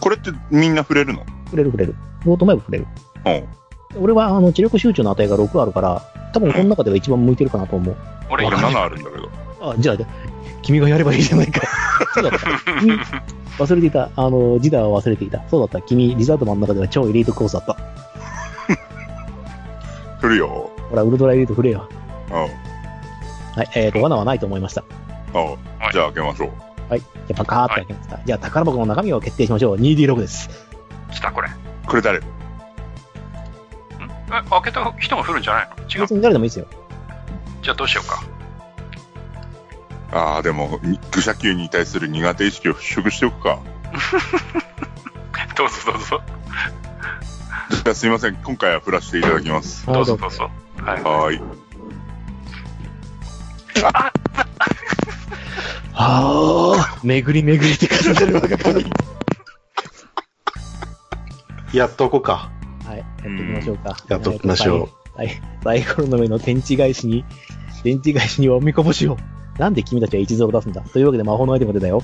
これってみんな触れるの
触れる触れる。ボート前も触れる。
うん。
俺はあの、知力集中の値が6あるから、多分この中では一番向いてるかなと思う。
俺
俺
今
7あるんだけど。
あ、じゃあ、君がやればいいじゃないか。そうだった。君忘れていた。あの、ジダーは忘れていた。そうだった。君、リザードマンの中では超エリートコースだった。
振るよ。
ほら、ウルトラエリート振れよ。
うん。うん。
はい、えーと、罠はないと思いました。
じゃあ開けましょう。
はい。じゃあ、パカーって開けました。じゃあ、宝箱の中身を決定しましょう。2D6 です。
来たこれ。ん
これ誰
え、開けた人が降るんじゃないの違う
別。に誰でもいいですよ。
じゃあどうしようか。
ああ、でも、愚者級に対する苦手意識を払拭しておくか。
[LAUGHS] どうぞどうぞ。
じゃあすいません、今回は振らせていただきます。
どうぞ
あ
どうぞ。はい。
はーい。
あー、巡り巡りって感じになるわけに。
やっとこうか。
はい。やっていきましょうか。
やっときましょ
う。はい。サイコロの上の天地返しに、天地返しにはおみこぼしを。なんで君たちは一ゾロ出すんだというわけで魔法のアイテム出たよ。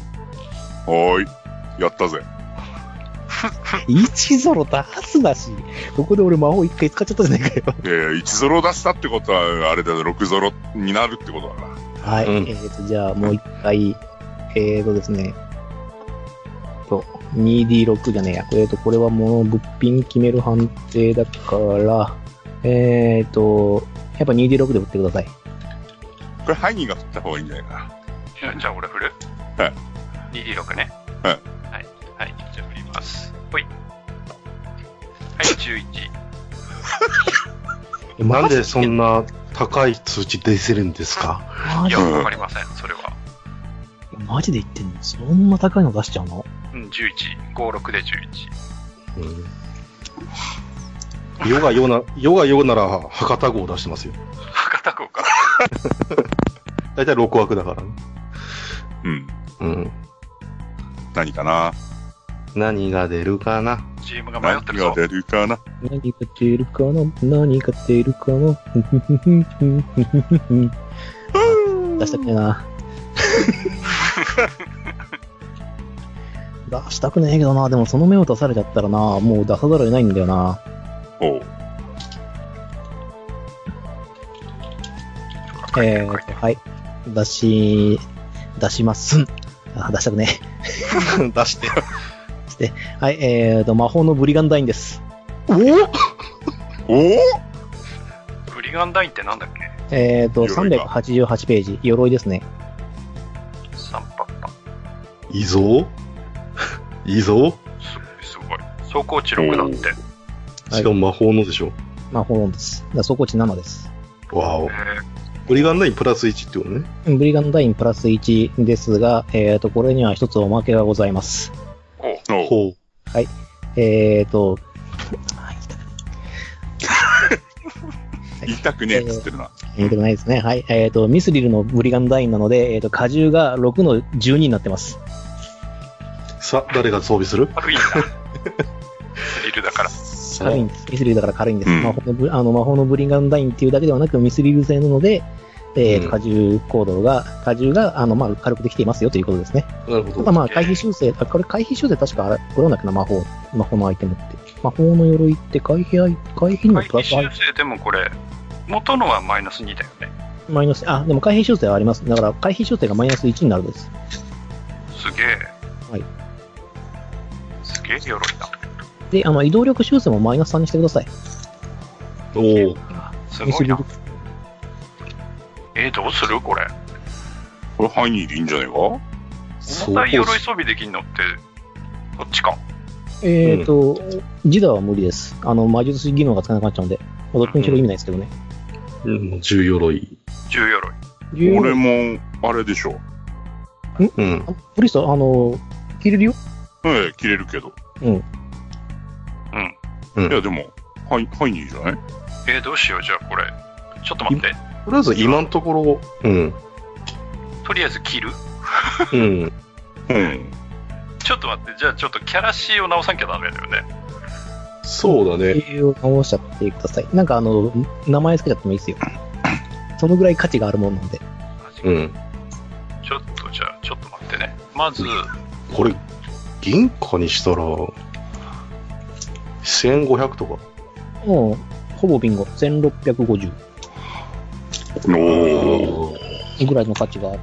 はーい。やったぜ。
一ゾロ出すなし。ここで俺魔法一回使っちゃったじゃないかよ。
えー、1ゾロ出したってことは、あれだ、6ゾロになるってことだな。
はい。
うん
えっ、と、じゃあもう一回、えーとですね。と、2D6 じゃねえや。えっ、と、これはもう物品決める判定だから、えっ、と、やっぱ 2D6 で打ってください。
これ、ハイニーが振った方がいいんじゃないか
じゃあじゃあ俺振る。
はい
2D6 ね。
はい
はい。はい。じゃあ振ります。ほい。 [LAUGHS] はい、11。
え
なんで
マジ
そんな高い数値出せるんですか
マ
い
ジ
や、
で
わかりません、それは。
マジで言ってんのそんな高いの出しちゃうの
うん、11。5、6で11。
うん世が世な、世が世なら博多号を出してますよ。
博多港か。
だいたい6枠だからね。
う
う
ん。
ん。
何かな
何が出るかな。
チームが迷ってるぞ
何が。出るかな
何が出るかな何が出るかな [LAUGHS] ふふふふふふふ出したくねえな。出したくねえけどな。でもその目を出されちゃったらな、もう出さざるを得ないんだよな。
おう。
えーと、はい。出し、出します。あ、出したくね
[LAUGHS] 出して。
え。はい、えーと、魔法のブリガンダインです。
お
お
ブリガンダインってなんだっけ
えーと、
鎧か
388ページ。鎧ですね。
三パッパ。
いいぞ。いいぞ。
すすごい。走行値6だって。
しかも魔法のでしょ。
魔法論です。だから走行値7です。
わお。
え
オリガンラインプラス1ってことね。
ブリガンダインプラス1ですが、えー、と、これには一つおまけがございます。
おう。
ほう。
えー、と、あ言いたく
言いたくねえっつってるな。
言いたくないですね。はい。えー、と、ミスリルのブリガンダインなので、えー、と、荷重が6の12になってます。
さ、誰が装備する
軽い
[LAUGHS]
んだ。リルだから。
さ
軽いんです。ミスリルだから軽いんです。
うん
魔法のブあの魔法のブリガンダインっていうだけではなく、ミスリル製なので、えー
うん
と、荷重行動が、荷重が、あの、まあ、軽くできていますよということですね。
なる
た
ほ
だ
ど。
まあ、回避修正、あ、これ回避修正確かあれ、これなんだっけな、魔法、魔法のアイテムって。魔法の鎧って回避アイ、回避にも
回
プラ
避
スアイ
修正でもこれ、元のはマイナス2だよね。
マイナス、あ、でも回避修正はあります。だから回避修正がマイナス1になるです。
すげえ。
はい。
すげえ鎧だ。
で、あの、移動力修正もマイナス3にしてください。
おお。
すごいな
ミ。
えー、どうするこれ。
これハイニーでいいんじゃないか
そ
重
う
たい鎧装備できんのって、こっちか。
えーと、ジダは無理です。あの、魔術師技能が使えなくなっちゃうんで、まあどっちにしろ意味ないですけどね。
うん、重鎧。
重鎧。
俺も、あれでしょ。
うん。
あプリスト、あの、切れるよ。
ええ、切れるけど。
うん。
うん。いや、でも、ハイ、ハイニーじゃない
えー、どうしよう。じゃあこれ。ちょっと待って。
とりあえず今のところ、うん。
とりあえず切る
うん。
うん。
ちょっと待って。じゃあちょっとキャラ C を直さなきゃダメだよね。
そうだね。
理由を直しちゃってください。なんかあの、名前つけちゃってもいいですよ。そのぐらい価値があるもんなんで。
うん。
ちょっとじゃあ、ちょっと待ってね。まず、
これ、銀貨にしたら、1500とか。
もう、ほぼビンゴ。1650
おー。
ぐらいの価値がある。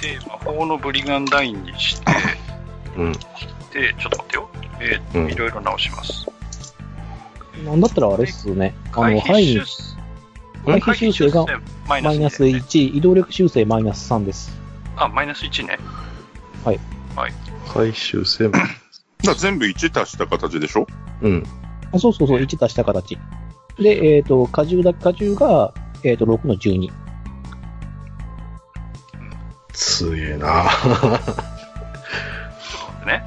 で、魔法のブリガンダインにして、
うん。
で、ちょっと待ってよ。え
う
ー、い
ん。
ろいろ直します。
なんだったらあれっすね。あ
回
の、
避
ハイ
修
に
正
回避修正が
マイナ
マ
ス
イ
1
ナス1、移動力修正マイナス3です。
あ、マイナス1ね。
回収せ
だから全部1足した形でしょ
うん。
あそうそうそう、1足した形。で、えっ、と、荷重だ、荷重が、えっ、と、6の12。
すげえな
ね。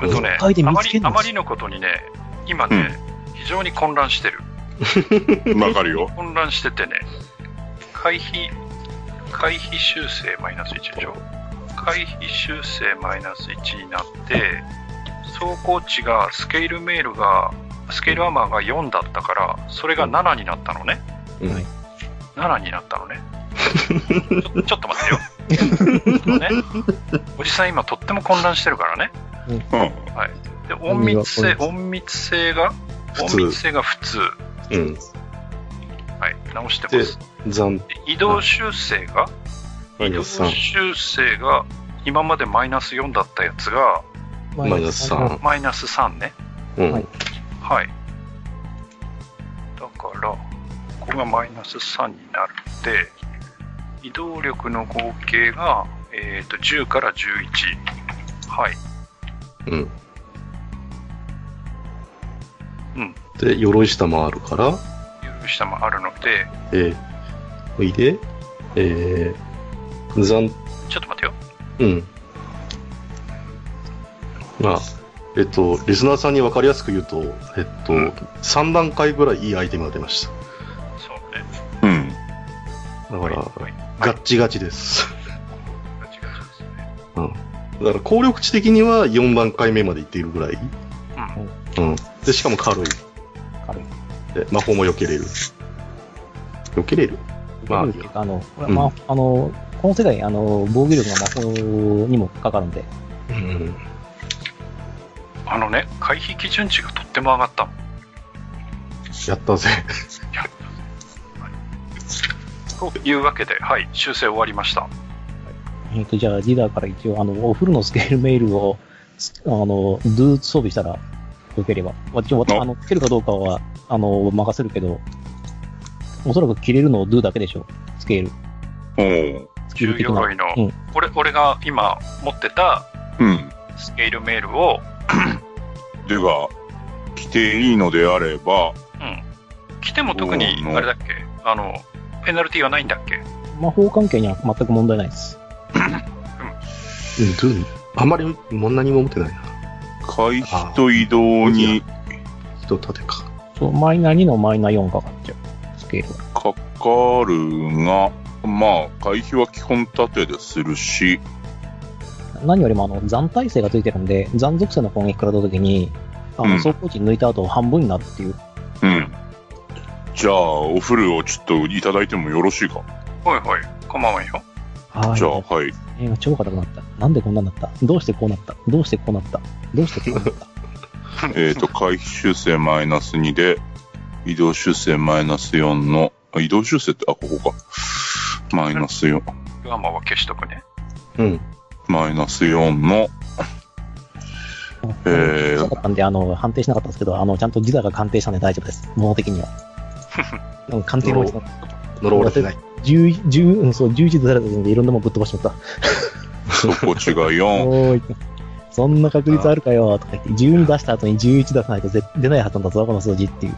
うん
えっとね、
書いて
あ
見
ま
つけ
り
ん、の
あまりのことにね、今ね、非常に混乱してる。
わかるよ。
混乱しててね、回避、回避修正マイナス1でしょ。回避修正マイナス1になって、走行値が、スケールメールが、スケールアーマーが4だったから、それが7になったのね。
うん
はい
7になっ
[LAUGHS]
たのね。ちょちょっと待ってよ。ね、おじさん今とっても混乱してるからね。
うん。
で、隠密
何
性、
が
隠密性が、
普通
隠密性が普通。
うん。
はい、直してます。
残
で移動修正が、
マイ
移動
ナス3。
修正が、今までマイナス4だったやつが、
マイナス3。
マイナス3ね。
うん。
はい
はい。だから、ここがマイナス3になるので、移動力の合計が、えっ、と、10から11。はい。
うん。
うん。
で、鎧下もあるから、
許したもあるので、
えー、おいで、えー、残、
ちょっと待ってよ。
うん。まあ、えっと、リスナーさんに分かりやすく言うと、えっと、3段階ぐらいいいアイテムが出ました。
そうね。
う
だか
ん。
はい。
ら、
はい
ガッチガチです。
ガチガチですね。
だから、効力値的には4段階目までいっているぐらい。
うん。
うん。で、しかも軽い。
軽い。
で、魔法も避けれる。避けれるまあ
というかあの、これはまあ、あの、この世界、あの、防御力が魔法にもかかるんで、
うん。
あのね、回避基準値がとっても上がった。
やったぜ。
というわけで、はい、修正終わりました。
えっ、と、じゃあ、リーダーから一応、あの、お風呂のスケールメールを、つあの、ドゥ装備したら、よければ。わちょ
あ
あの、つけるかどうかは、あの、任せるけど、おそらく切れるのをドゥだけでしょ。スケール。
おー
スケール的な。
鎧の、
うん
俺俺が今持ってた
うん。
スケールメールを、
では、着ていいのであれば、
うん、着ても特に
おーの
あれだっけあのペナルティはないんだっけ
魔法関係には全く問題ないです。
うん、どうあんまり、もん何も持ってないな。
回避と移動に
人盾か。
そう、マイナー2のマイナー4かかっちゃう。スケールは。
かかるが、まあ、回避は基本盾でするし、
何よりも、あの、残耐性がついてるんで、残属性の攻撃食らった時に、あ
う
の、
ん
走行値抜いた後半分になるっていう。
うん。じゃあ、お風呂をちょっといただいてもよろしいか。
ほいほい構わんよ
はい。
じゃあ、はい。
えー超硬くなった。なんでこんなになったどうしてこうなったどうしてこうなったどうしてこうなった
え
[LAUGHS]
っ、
[LAUGHS]
と、回避修正マイナス2で、移動修正マイナス4の、あ移動修正って、あ、ここか。マイナス4、
ガーマは消しとくね
うん。
マイナス4の、えー
なかったんで、あの、判定しなかったんですけど、あの、ちゃんと自打が鑑定したんで大丈夫です。物的には。うん鑑定も
呪われてない。
十十うんそう、11出された時にいろんなもんぶっ飛ばしちゃった。
底地が4。
[LAUGHS] おーい。そんな確率あるかよとか言って、12出した後に11出さないと絶出ないはずなんだぞ、この数字っていう。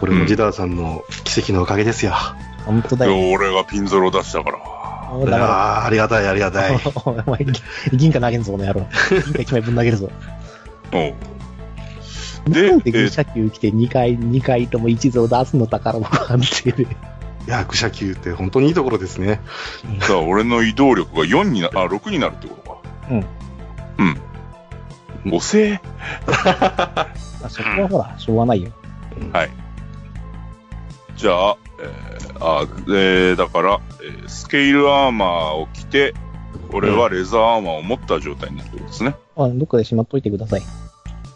これもジダーさんの奇跡のおかげですよ。
本当だよ。
俺がピンゾロ出したから。
あー
い
だか
やーありがたい、ありがた
ら
[LAUGHS] い。
[LAUGHS] お前、銀貨投げんぞ、この野郎。銀貨1枚ぶん投げるぞ。
おうで、え
で、
ー
車球来て2回、2回とも1増出すの宝の鑑定で。
いやー、愚者級って本当にいいところですね。
さあ、俺の移動力が4にな、あ、6になるってことか。うん。うん。おせえ。
あそこはほら、しょうがないよ。
じゃあ、えーあ、えーだから、えースケールアーマーを着て、俺はレザーアーマーを持った状態になるってことですね。
まあ、どっかでしまっといてください。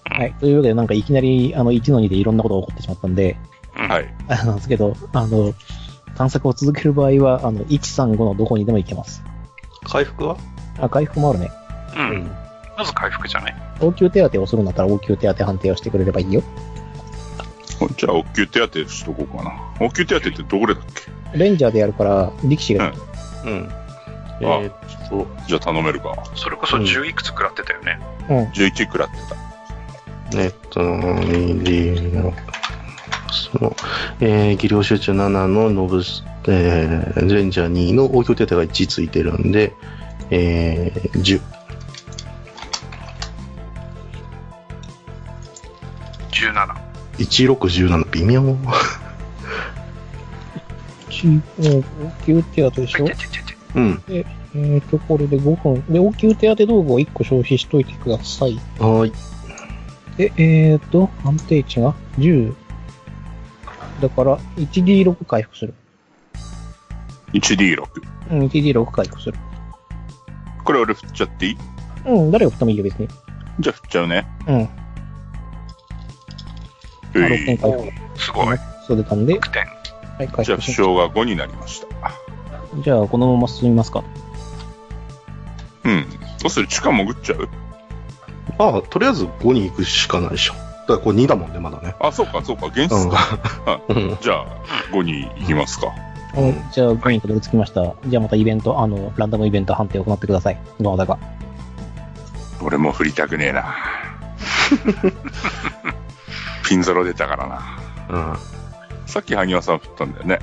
はい。というわけで、なんかいきなり、あの、1の2でいろんなことが起こってしまったんで、
うん
はい。
あの、ですけど、あの、探索を続ける場合は、あの、1、3、5のどこにでも行けます。
回復は
あ、回復もあるね。
うん、
うん
まず回復じゃね
応急手当をするんだったら応急手当判定をしてくれればいいよ。
じゃあ、応急手当しとこうかな。応急手当ってどこでだっけ
レンジャーでやるから、力士が、
うん。えーっと、
じゃあ頼めるか。
それこそ10いくつ食らってたよね、
うん、
11くらってた。
えっと、2D の、その、えー、技量集中7のノブス、えー、レンジャー2の応急手当が1ついてるんで、えー、10。
17
1617微妙。
1うん応急手当でしょ
てててて
うん。
えっ、と、これで5分。で、応急手当道具を1個消費しといてください。
はーい。
で、えっ、と、判定値が10。だから、1D6 回復する。
1D6。
うん、1D6 回復する。
これ俺振っちゃっていい
うん、誰を振ってもいいよ、別に。
じゃあ振っちゃうね。
うん。
う
まあ6
い
点回復。
すごい
そう出たんで、
6点
はい、回
じゃあ
復
負
し
傷
ま
が5になりました。
す。じゃあ、このまま進みますか。
うん。どうする地下潜っちゃう
ああ、とりあえず5に行くしかないでしょ。だからこれ2だもんね、まだね。
あ、そうか、そうか、
う
現実
ん
か。
[LAUGHS] うん。
じゃあ、5に行きますか。
うん、じゃあ、5人とたどり着きました。じゃあ、またイベント、あの、ランダムイベント判定を行ってください。どなた [LAUGHS] か。
俺も振りたくねえな。ピンゾロ出たからな。
うん。
さっき萩原さん振ったんだよね。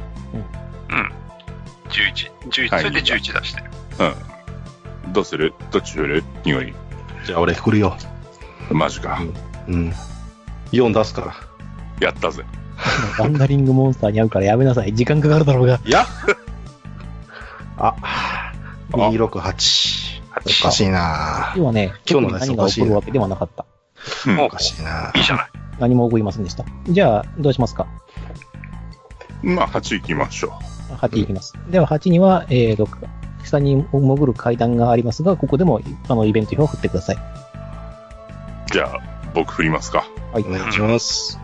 1111
はい
それで11出して
どうするどっち振る匂い。
じゃあ俺来るよ。
マジか。
うん。4出すから。
やったぜ。
ワンダリングモンスターに会うからやめなさい。時間かかるだろうが。
いやあ、268。おかしいな
今日はね、
今
今
日
日
の
の何が
やつおかし
起
い
こるわけではなかった。
うん
おかしいない
いじゃない。
何も起こりませんでした。じゃあ、どうしますか
まあ、8行きましょ
?8 いきます。では、8には、えーと、下に潜る階段がありますが、ここでも、あの、イベント表を振ってください。
う。じゃあ、僕振りますか。
はい
お。願いします。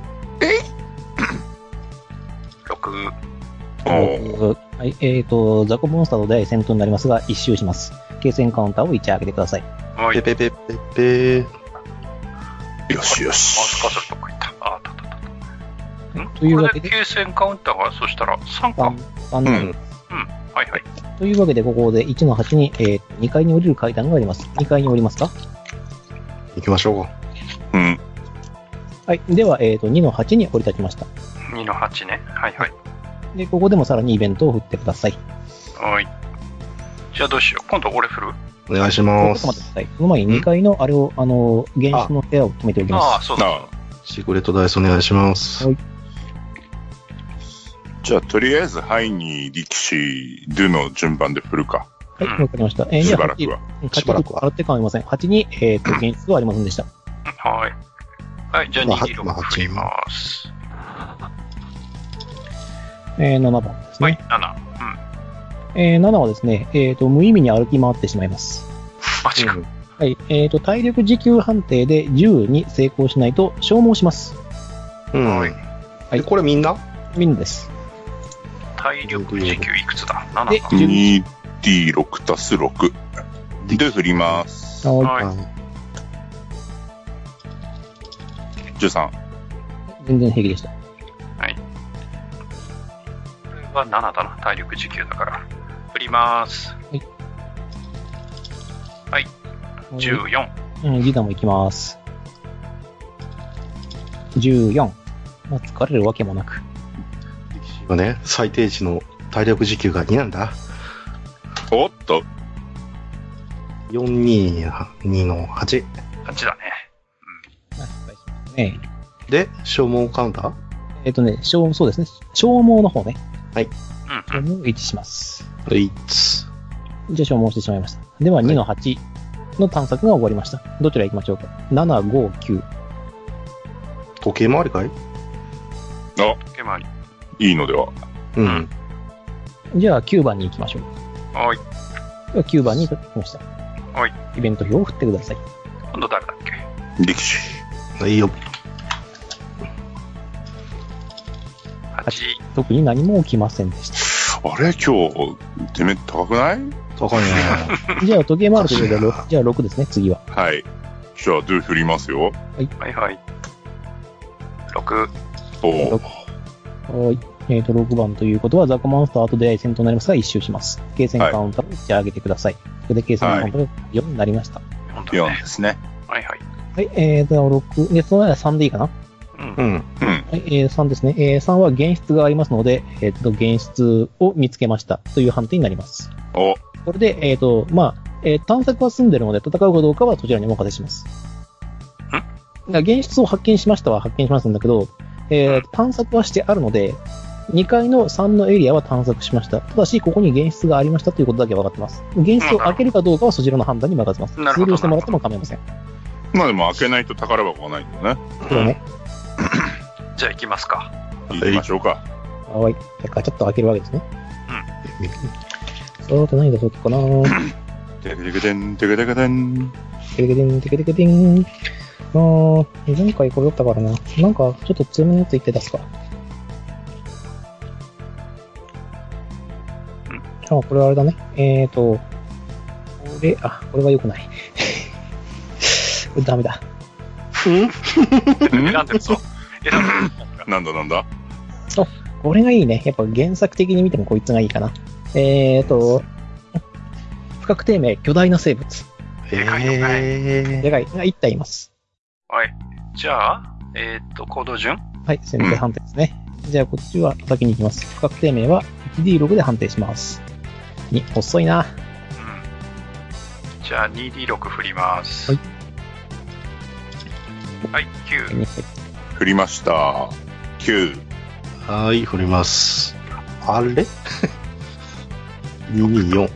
6、
おー
はい、えーと、ザコモンスターと出会い戦闘になりますが、一周します。継戦カウンターを1上げてください。
は
ペ
い。
ペペペペ。
よしよ
マウス
し
カ。ーソルどこ行ったああったあったあった。ん
というわけで
これで9 0カウンターが、そしたら3か
三。三
う
段
ん。
はいはい。
というわけで、ここで1の8に、えー、2階に降りる階段があります。2階に降りますか
行きましょう。
うん。
はい。では、えーと、2の8に降り立ちました。
2の8ね。はいはい。
で、ここでもさらにイベントを振ってください。ち
はい。じゃあどうしよう。今度俺振る
お願いし
ょ
ま
っ
す
と。待ってください。その前に2階の、あれを、あの、原始の部屋を決めておき
あ
ま
あ、そうだ。
あ
シークレットダイスお願いします
はい。
じゃあ、とりあえず、ハイに、力士、ドゥの順番で振るか。
す。はい。わかりました。えー、
し
じゃ
ば
あ
らくは。
8、
しばらく
8
は
払ってかまいません。8に、えーと、現実はありませんでした。
はい。はい、じゃあ
まあ
2、
まあ
6振ります。
えー、7番ですね。
はい、7。うん。
えー、7はですね、えーと、無意味に歩き回ってしまいます。
マジか。
はい。えーと、体力持久判定で10に成功しないと消耗します。
うん。
はい
えこれみんな
みんなです。
体力時給いくつだ ?7
で
か。
2D6 足す6。で、振ります。
は
はい。
13。
い。全然平気でした。
これは7だな。体力時給だから。振ります。14。
うん、ギターも行きます。14。まあ、疲れるわけもなく。
今ね、最低値の体力時給が2なんだ。
おっと、
422の8。
8だね。
まあ失敗しますね
で、消耗カウンター
えっ、とね、消、そうですね。消耗の方ね。
うん。う
消
ん。
耗を1します。
?8。
じゃあ消耗してしまいました。では、2の8の探索が終わりました。どちら行きましょうか。7、5、9。
時計回りかい
手回り。。
いいのでは。
うん
じゃあ、9番に行きましょう。
はい。
では9番に行きました。
はい。
イベント表を振ってください。
今度誰だっけ
力士。
いいよ。
?8。
特に何も起きませんでした。 [LAUGHS]
あれ今日、てめえ高くない
高い
[LAUGHS]
ね。
じゃあ、時計回るということでろ
おかしいな
く、じゃあ6ですね、次は。
はい。じゃあ、ドゥ振りますよ。
はいはい。6。
おお。
はい。えっ、と、6番ということは、ザコモンスターと出会い戦となりますが、一周します。継戦カウンターを打ち上げてください。それで継戦カウンターが4になりました。は
本当だ
4
ね。
ですね。
はいはい。
い。えっ、と、6、で、その間は3でいいかな。は
うん
う。ん。
うん。
い、えー、3ですね。えー、3は現実がありますので、えっ、と、現実を見つけましたという判定になります。
お
これで、えっ、と、まあ、えー探索は済んでるので、戦うかどうかはそちらにお任せします。ん現実を発見しましたは発見しますんだけど、えー探索はしてあるので、2階の3のエリアは探索しました。ただし、ここに現実がありましたということだけは分かってます。現実を開けるかどうかはそちらの判断に任せます。
なる
ツー
ほど
ルをしてもらっても構いません。
まあでも開けないと宝箱がないんだね。
そうね。
じゃあ行きますか。
行きましょうか。
はい。じゃあガチャッと開けるわけですね。そうって何出そうかな
てけてけてん、てけてけてん。
テレケテン、テケテケテン。あー、前回これだったからな。なんか、ちょっと強めのやつ言って出すか。あ、これあれだね。えーと、これ、あ、これは良くない。 [LAUGHS] これダメだ。
選んでるぞ。選んでる。
なんだなんだ
これがいいね。やっぱ原作的に見てもこいつがいいかな。えーと、不確定名、巨大な生物。
でかいのかい
で
え
かい。が1体います。
はい。じゃあ、えーっと、行動順
はい、先定判定ですね。じゃあ、こっちは先に行きます。不確定名は 1D6 で判定します。に、遅いな。
うん。じゃあ、2D6 振ります。
はい
はい、9。
振りました。9。
はい、振ります。あれ ?224。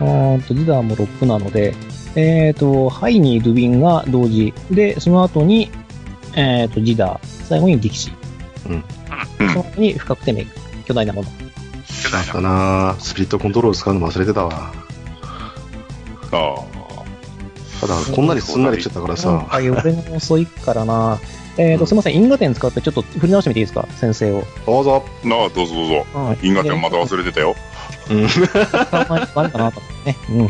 うーんと、ジダーも6なので、えっ、と、ハイにルビンが同時。で、その後に、えっ、と、ジダー。最後に力士。
う
その
ん。
後に深くてめ、巨大なもの。
巨
あっ [LAUGHS]
大な
た。なぁスプリットコントロール使うの忘れてたわ。
あ
ただ、こんなにすんなり来ちゃったか
な
ら
ん
さ。
か俺の遅いからな。えっ、と、すみません、因果点使ってちょっと振り直してみていいですか、先生を。
どうぞ。
あ。なあ、どうぞどうぞ。
うん
因果点また忘れてたよ。
うん。
あんまり悪いかなと思ってね。うん。
ん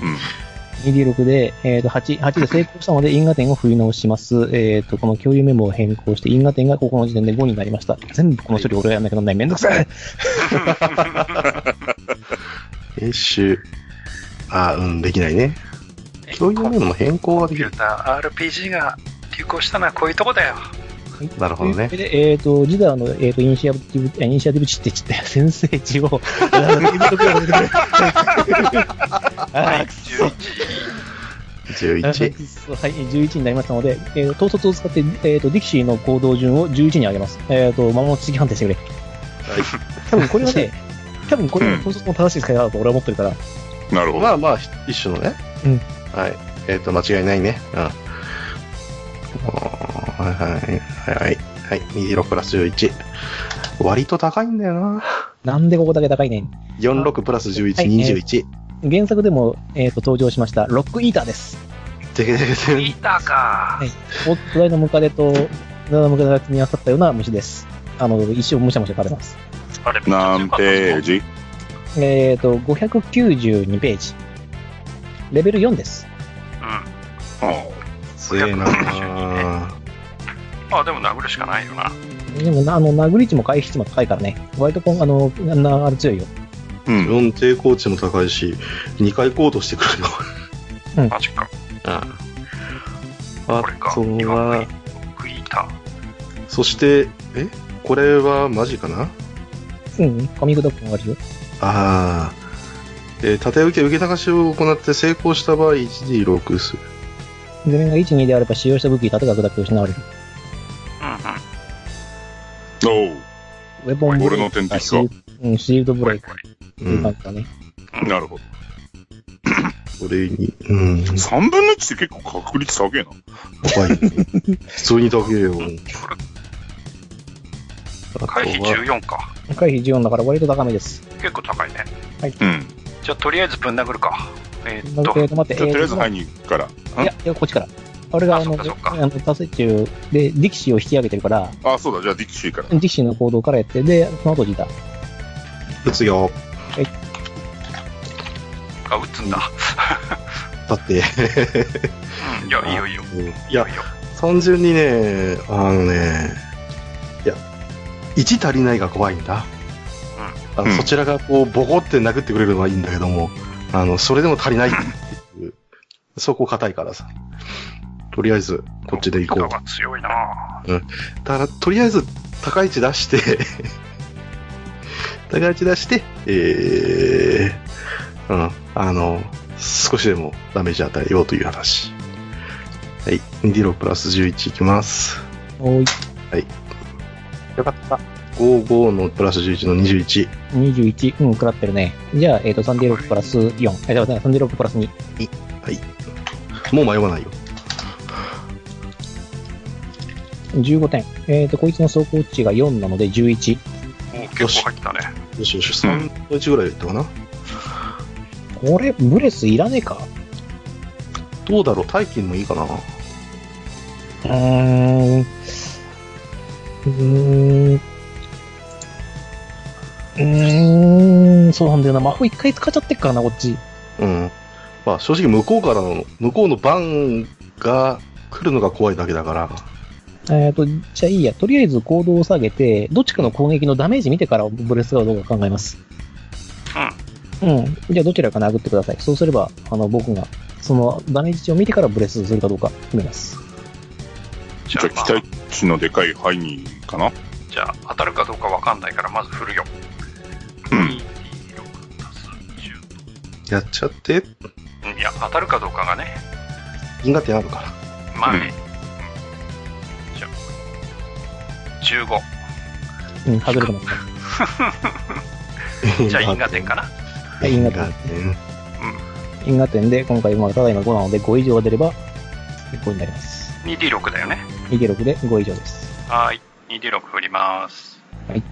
2D6 で、えっ、と、8、8で成功したので、因果点を振り直します。えっ、と、この共有メモを変更して、因果点がここの時点で5になりました。全部この処理俺がやんなきゃなんない。めんどくさい。
編集。あ、うん、できないね。共有面の変更は
コ
で
ン
き
ピュ
る。
ーター RPG が流行したのはこういうとこだよ。
なるほどね
というわけで、えっ、と、ジダーの、えっ、と、イニシアティブ、えイニシアティブ値って言って、先生値を、あ
は
ー [LAUGHS]
い、
くそ
11。
11。
はい、11になりましたので、えー、統率を使って、えー、とディキシーの行動順を11に上げます。えっ、と、魔物知識判定してくれ。多分これは
[LAUGHS]
ね、多分これは統率の正しい使い方だと俺は思ってるから、
なるほど。
まあまあ、ひ一緒のね。
うん
はい。えっ、と、間違いないね。うん。あーはいはい。はいはい。はい。26プラス11。割と高いんだよな。
なんでここだけ高いねん。
46プラス11、
はい
21。
原作でも、えー、と登場しました、ロックイーターです。
でけでけで
いたか
は。い。お巨大なムカデと、巨大なムカデが組み合わさったような虫です。あの、一生むしゃむしゃ食べます。
あれ、
何ページ
えっ、と、592ページ。レベル4です。
う
あ
強いなぁ
ん。あ、でも殴るしかないよな。
でもな、あの、殴り値も回避値も高いからね。割とこん、あの、ななあれ強いよ。
あうん。
4抵抗値も高いし、2回行動してくるよ。
マジか。
あ
これか。
とは、
クイータ
そして、えこれはマジかな
うん、コミックドッグもあるよ。
ああ。えー縦受け、受け流しを行って成功した場合、1D6 する。
ゼ面が1、2であれば使用した武器、盾が砕く失われる。
ー。
おう。
ウェポンブレイ
俺の
ク
天敵か
シーうん、シールドブレイクって
う。
いうん感
こ
じだね。
うんうん。
なるほど。
れに、うん。
3分の1って結構確率高えな。
怖
[LAUGHS]
い。普通に高いよ。あと
回避
は、
14か。
回避14だから割と高めです。
結構高いね。
うん。
じゃあ、とりあえずぶん殴るか。えーっ
な
と
ん、えっと、待っ
じ
て、
ゃあ、とりあえず
ー
ハイに行くから。
いや、いや、こっちから。俺が、あの、
あそっかそっ
あの、達成中で、ディキシーを引き上げてるから、
あ、そうだ。じゃあ、ディキシーから。
ディキシーの行動からやって、で、その後ジダー。
打つよ。
あ、撃つんだ。
だって、
うん。いや、いいよいいよ。
うんい
いい
や
よ、いいよ。
単純にね、あのね、いや、1足りないが怖いんだ。あの
うん
そちらがこう、ボコって殴ってくれるのはいいんだけども、あの、それでも足りないっていう、そこ硬いからさ。とりあえず、こっちで行こ
が強いな
う。ただ、とりあえず、高い位置出して、高い位置出して、えー、うん、あの、少しでもダメージ与えようという話。はい、2D6 プラス11いきます。
おい、
よかった。55のプラス11の21。
21。うん、食らってるね。じゃあ、えっ、と、3D6 プラス4。え、じゃあ、3D6 プラス2。
もう迷わないよ。
15点。えっ、と、こいつの走行値が4なので11。
お結構入ったね。
よしよし、
うん
3分の1ぐらいだったかな。
これ、ブレスいらねえか
どうだろう大金もいいかな
うーん。うーん。うーん、そうなんだよな。魔法一回使っちゃってっからな、こっち。
うん。まあ正直向こうからの、向こうの番が来るのが怖いだけだから。
えっ、と、じゃあいいや。とりあえず行動を下げて、どっちかの攻撃のダメージ見てからブレスがどうか考えます。うん。じゃあどちらか殴ってください。そうすれば、あの、僕が、そのダメージ値を見てからブレスするかどうか決めます。
じ
じゃ
ゃ
あ
あ、、
まあ
期待値のでかいハイにかな。
じゃあ当たるかどうかわかんないから、まず振るよ。
うん。
2足す10
やっちゃって、
うんいや、当たるかどうかがね。
銀河点あるから。
まあね。 15。
うん、外れてます。
じゃあ、因果点かな。
はい因果点因果点で、今回、まあ、ただいま5なので、5以上が出れば、5になります。
2D6 だよね。
2D6 で5以上です。
はーい。2D6 振ります。
はい。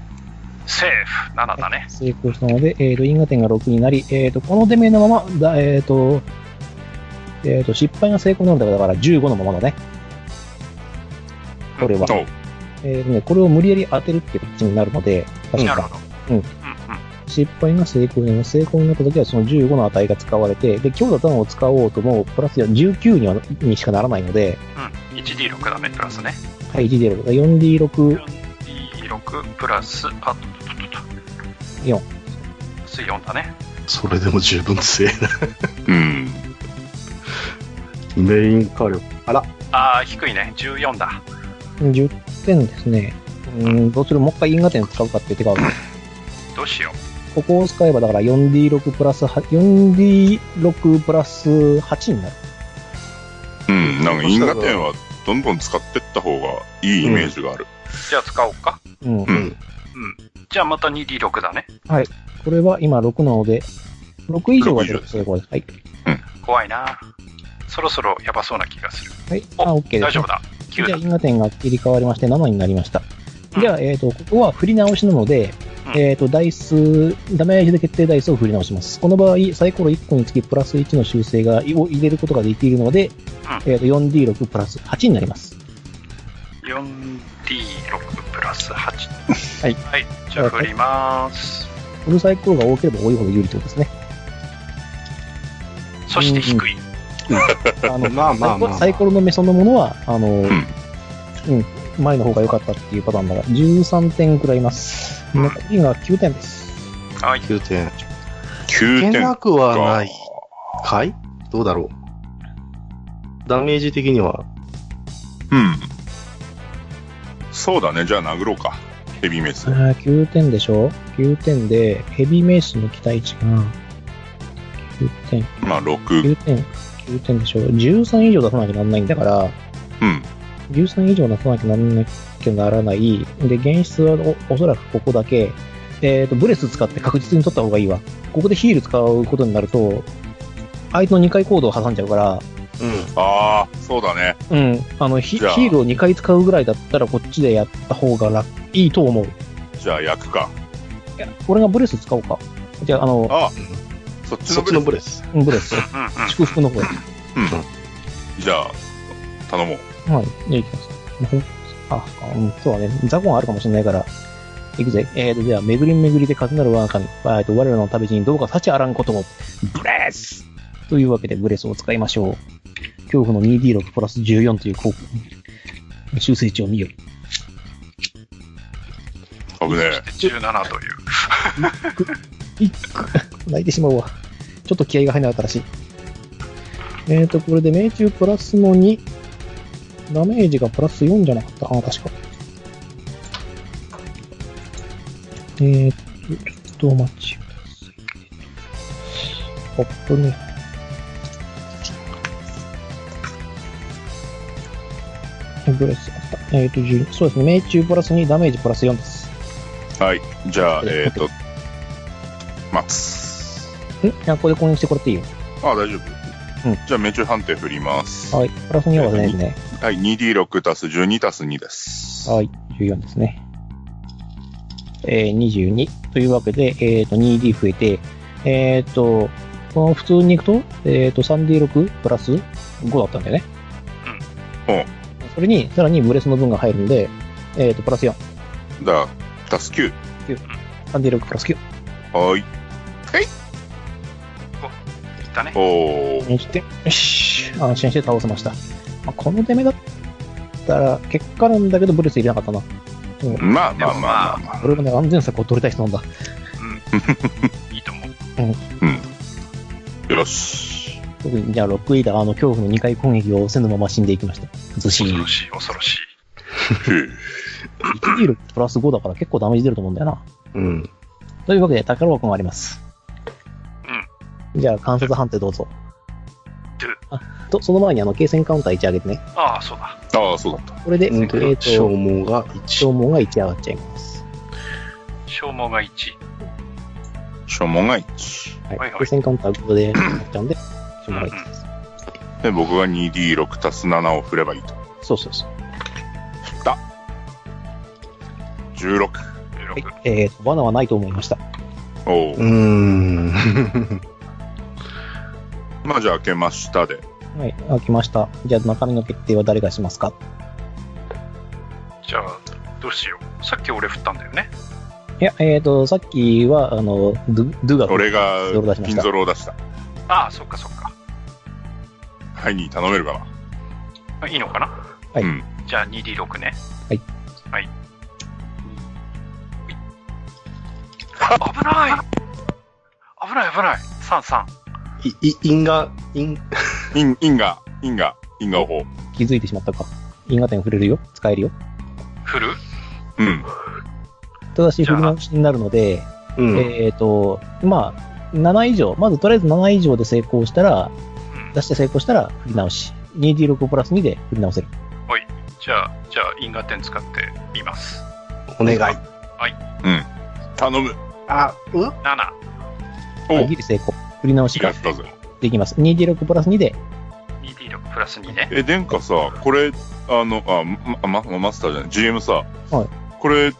セーフ !7 だね。
成功したので、えー、と、因果点が6になり、えー、と、この出目のまま、だえー、と、えー、と、失敗が成功なのだから、だから15のままだね。これは。
お
えーとね、これを無理やり当てるっていう形になるので、確
なる
か
ほ
う
ど。
ん
うん
失敗が成功になる。成功になった時はその15の値が使われて、で、強打弾を使おうとも、プラス19にはにしかならないので、
うん。1D6 だね、プラスね。
はい、1D6。4D6、
4D6 プラス、あと、ととと
4。
プラス4だね。
それでも十分強いな。
うん。
メイン火力。あら。
あー、低いね。14だ。
10点ですね。うーん、どうするもう一回因果点使うかっていう手がある。
どうしよ
ここを使えば、だから 4D6 プラス8、4D6 プラス8になる。
うん。なんか因果点はどんどん使ってった方がいいイメージがある。
う。じゃあ、使おうか。
うん。
うん
うん。
うん。じゃあ、また 2D6 だね。
これは今6なので、6以上が出る。
6以上です
それこれはい。
怖いなそろそろやばそうな気がする。
はい。あ、OK です、
大丈夫だ。
じゃあ
9だ。
因果点が切り替わりまして7になりました。じゃあ、えっ、と、ここは振り直しなので、
うん
えっ、と、ダイス、ダメージで決定ダイスを振り直します。この場合、サイコロ1個につきプラス1の修正がを入れることができるので、えっ、と、4D6 プラス8になります。
4D6 プラス8。
はい
はい。じゃあ、振りまーす。
フルサイコロが多ければ多いほど有利ってことですね。
そして低い。
あの、
まあまあまあまあ
サイコロの目そのものは、あの、うんん、前の方が良かったっていうパターンだが、13点くらいいます。
うん
残りが9点です。
はい。
9点。い
9
け
点
な
か。
くはない。かいどうだろう。ダメージ的には。
うん。そうだね。じゃあ殴ろうか。ヘビーメス。
ああ、9点でしょ ?9 点で、ヘビーメイスの期待値が、9点。
まあ6。
9点、9点でしょ ?13 以上出さなきゃなんないんだから、
うん。
13以上出さなきゃなんなきゃならない。で、現実はおおそらくここだけ、えっ、と、ブレス使って確実に取った方がいいわ。ここでヒール使うことになると、相手の2回行動を挟んじゃうから、
う
ああ、そうだね。
うん、あのヒ、ヒ
じゃあ
ールを2回使うぐらいだったらこっちでやった方が楽いいと思う。
じゃあ焼くか。
いや俺がブレス使おうか。じゃあ、あの、
あそっ
ん。
ち
そっ
の
ちのブ
ブレ
レス。
ブレス。
うんうんうん。
祝福の [LAUGHS] 方へ。
じゃあ、頼もう。
はい、じゃあ行きます。ほんあ、うん、そうだね。ザコンあるかもしれないから、行くぜ。えーと、では、巡り巡りで数なる我が神、えーと、我らの旅路にどうか幸あらんことも、ブレスというわけで、ブレスを使いましょう。恐怖の 2D6 プラス14という効果。修正値を見よ。
危ねえ。
そして17と
い
いう。
っく泣いてしまうわ。ちょっと気合が入らなかったらしい。えーと、これで命中プラスの2。ダメージがプラス4じゃなかったかな、確か。えーと、ちょっとお待ちください。あ、これね。ブレスあった。えーと、12。そうですね。命中プラス2、ダメージプラス4です。
はい。じゃあ、
うん
えっ、ー、と、待つ。
んいや、これ購入してこれっていいよ。
ああ、大丈夫。
うん
じゃあ、命中判定振ります。
はい。プラス2はないですね。
はい。2D6 足す12足す2です。
はい、14ですね。えー、22。というわけで、えっ、と、2D 増えて、えっ、と、この普通に行くと、えっ、と、3D6 プラス5だったんだよね。
うんうん
それに、さらにブレスの分が入るんで、えっ、と、プラス4。
だから、足す9。
3D6 プラス9。
はい。
いったね。
おー。
20点。よし。安心して倒せました。まあ、この出目だったら、結果論だけどブレス入れなかったな。うん。
まあまあまあまあ、
俺もね、安全策を取りたい人なんだ。
いいと思う。
よし。
特に、じゃあ6位だ、あの、恐怖の2回攻撃をせぬまま死んでいきました。ずしり
恐ろ。しい、恐ろしい。
ふう
1D6 プラス5だから結構ダメージ出ると思うんだよな。
うん。
というわけで、宝箱があります。じゃあ、観察判定どうぞ。
Do
あと、その前にあの、継戦カウンター1上げてね。
ああ、そうだ。
[LAUGHS] ああ、そうだった。
これで、えっ、
んで、消
と、
耗が1。
消耗が1上がっちゃいます。
消耗が1。
消耗が1。
はい。
はいはい
で戦艦タグで上がっちゃうんで、消耗が1です。
で、僕が 2D6 足す7を振ればいいと。
そうそうそう。は
16。
16。
い。えーと、罠はないと思いました。
おお、
うーん。 [LAUGHS]
まあじゃあ開けましたで。
はい。開きました。じゃあ中身の決定は誰がしますか
じゃあ、どうしよう。さっき俺振ったんだよね。
いや、えっ、と、さっきは、あの、ドゥ、ドゥが、
俺が
ドル出しま
ピ
し
ン
た
ゾ。ロを出した。
ああ、そっかそっか。
ハイに頼めるかな。
あいいのかな
はい
うん。
じゃあ 2D6 ね。
はい。
はい。あ危ない危ない危ない !3、3。
い、い、因が、因、
イン、インガ、インガ、インガ法。
気づいてしまったか。因果点振れるよ。使えるよ。
振る
うん。
ただし、
じゃ
振
あ
り直しになるので、
うん。
えっ、と、まあ、7以上、まずとりあえず7以上で成功したら、
うん。
出して成功したら振り直し。2D6 プラス2で振り直せる。
じゃあ、じゃあ、因果点使ってみます。
お願い。
頼む。
あ、うわ
7。
お
あ
お
ギ、リ成功。振り直し
や
が
ったぜ。
できます。2D6 プラス2で、
2D6 プラス2ね。
え、殿下さ、これ、あの、あ、ま、ま、マスターじゃない、GM さ、
はい
これ、